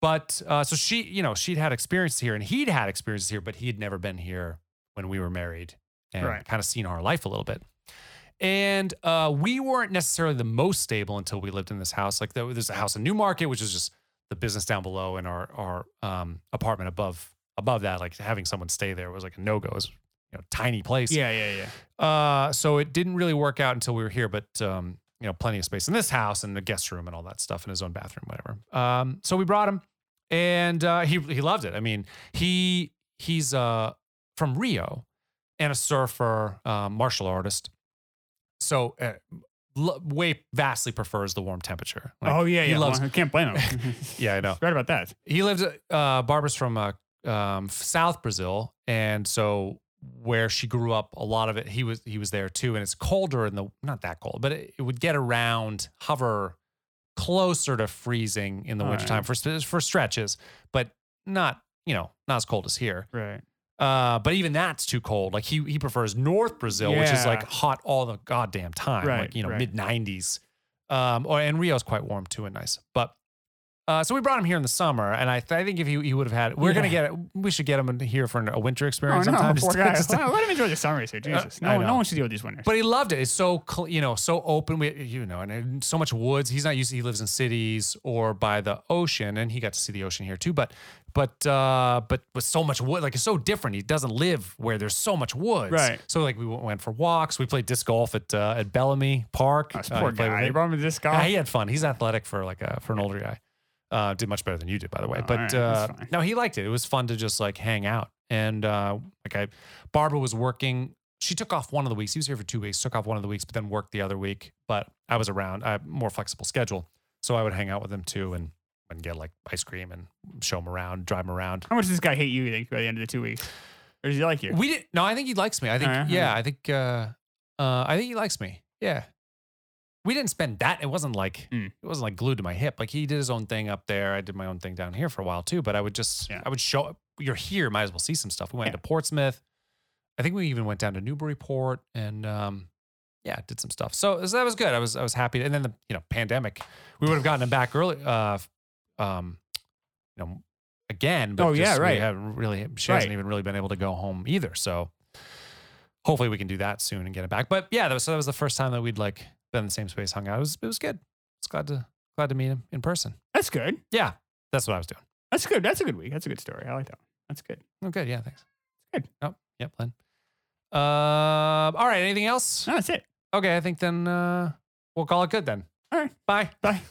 Speaker 1: but uh, so she, you know, she'd had experience here and he'd had experiences here, but he'd never been here when we were married and
Speaker 2: Right.
Speaker 1: kind of seen our life a little bit. And uh, we weren't necessarily the most stable until we lived in this house. Like there, there's a house in Newmarket, which is just the business down below and our our um, apartment above above that. Like having someone stay there was like a no go. It was you know tiny place.
Speaker 2: yeah, yeah, yeah.
Speaker 1: Uh, so it didn't really work out until we were here, but um, you know, plenty of space in this house and the guest room and all that stuff in his own bathroom, whatever. Um, so we brought him, and uh, he he loved it. I mean, he he's uh from Rio, and a surfer, uh, martial artist. So uh, lo- way vastly prefers the warm temperature. Like,
Speaker 2: oh yeah,
Speaker 1: he
Speaker 2: yeah.
Speaker 1: loves-
Speaker 2: well, I can't blame him.
Speaker 1: Yeah, I know.
Speaker 2: Right about that.
Speaker 1: He lives. Uh, Barbara's from uh, um, South Brazil, and so where she grew up, a lot of it he was he was there too. And it's colder in the not that cold, but it, it would get around hover closer to freezing in the
Speaker 2: All
Speaker 1: wintertime for for for stretches, but not you know not as cold as here.
Speaker 2: Right.
Speaker 1: Uh, but even that's too cold. Like he he prefers North Brazil, which is like
Speaker 2: Yeah.
Speaker 1: hot all the goddamn time,
Speaker 2: Right,
Speaker 1: like you know
Speaker 2: right.
Speaker 1: mid nineties. Um, or and Rio's quite warm too and nice. But uh, so we brought him here in the summer, and I, th- I think if he, he would have had, we're gonna
Speaker 2: Yeah.
Speaker 1: get we should get him in here for an- a winter
Speaker 2: Oh
Speaker 1: experience
Speaker 2: no,
Speaker 1: sometime.
Speaker 2: poor
Speaker 1: just-
Speaker 2: guy.
Speaker 1: just-
Speaker 2: Well, let him enjoy the summers here. Jesus,
Speaker 1: I
Speaker 2: Uh, no,
Speaker 1: know.
Speaker 2: no one should deal with these winters.
Speaker 1: but he loved it. It's so cl- you know so open. We you know and, and so much woods. He's not used. to- he lives in cities or by the ocean, and he got to see the ocean here too. But but uh but with so much wood, like it's so different. He doesn't live where there's so much woods.
Speaker 2: Right.
Speaker 1: So like we went- went for walks. We played disc golf at uh, at Bellamy Park.
Speaker 2: Oh, this
Speaker 1: Uh,
Speaker 2: poor
Speaker 1: he played with
Speaker 2: guy.
Speaker 1: it.
Speaker 2: You brought him to this
Speaker 1: Yeah,
Speaker 2: guy.
Speaker 1: he had fun. He's athletic for like a for an older guy. Uh, did much better than you did, by the way.
Speaker 2: Oh,
Speaker 1: but
Speaker 2: all right,
Speaker 1: uh,
Speaker 2: that's fine.
Speaker 1: no, he liked it. It was fun to just like hang out. And uh, like I, Barbara was working. She took off one of the weeks. He was here for two weeks. Took off one of the weeks, but then worked the other week. But I was around. I had more flexible schedule, so I would hang out with him too and and get like ice cream and show him around, drive him around.
Speaker 2: How much does this guy hate you? You think by the end of the two weeks, or does he like you?
Speaker 1: We didn't. No, I think he likes me. I think.
Speaker 2: Alright,
Speaker 1: yeah, I think. Uh, uh, I think he likes me. Yeah. We didn't spend that. It wasn't like
Speaker 2: Mm.
Speaker 1: it wasn't like glued to my hip. Like he did his own thing up there. I did my own thing down here for a while too. But I would just.
Speaker 2: Yeah.
Speaker 1: I would show. You're here. Might as well see some stuff. We went
Speaker 2: Yeah.
Speaker 1: to Portsmouth. I think we even went down to Newburyport and um, yeah, did some stuff. So, so that was good. I was I was happy. And then the you know pandemic, we would have gotten him back early. Uh, um, you know, again. But
Speaker 2: Oh, yeah,
Speaker 1: just We
Speaker 2: right.
Speaker 1: haven't uh, really. She hasn't
Speaker 2: Right.
Speaker 1: even really been able to go home either. So hopefully we can do that soon and get it back. But yeah, that was, so that was the first time that we'd like been in the same space, hung out. It was it was good. It's glad to glad to meet him in person.
Speaker 2: That's good.
Speaker 1: Yeah, that's what I was doing.
Speaker 2: That's good. That's a good week. That's a good story. I like that. One. That's good.
Speaker 1: Oh, good. Yeah, thanks.
Speaker 2: Good.
Speaker 1: Oh, yep, Lynn. Um, all right. Anything else?
Speaker 2: No, that's it.
Speaker 1: Okay, I think then uh, we'll call it good then.
Speaker 2: All right.
Speaker 1: Bye.
Speaker 2: Bye.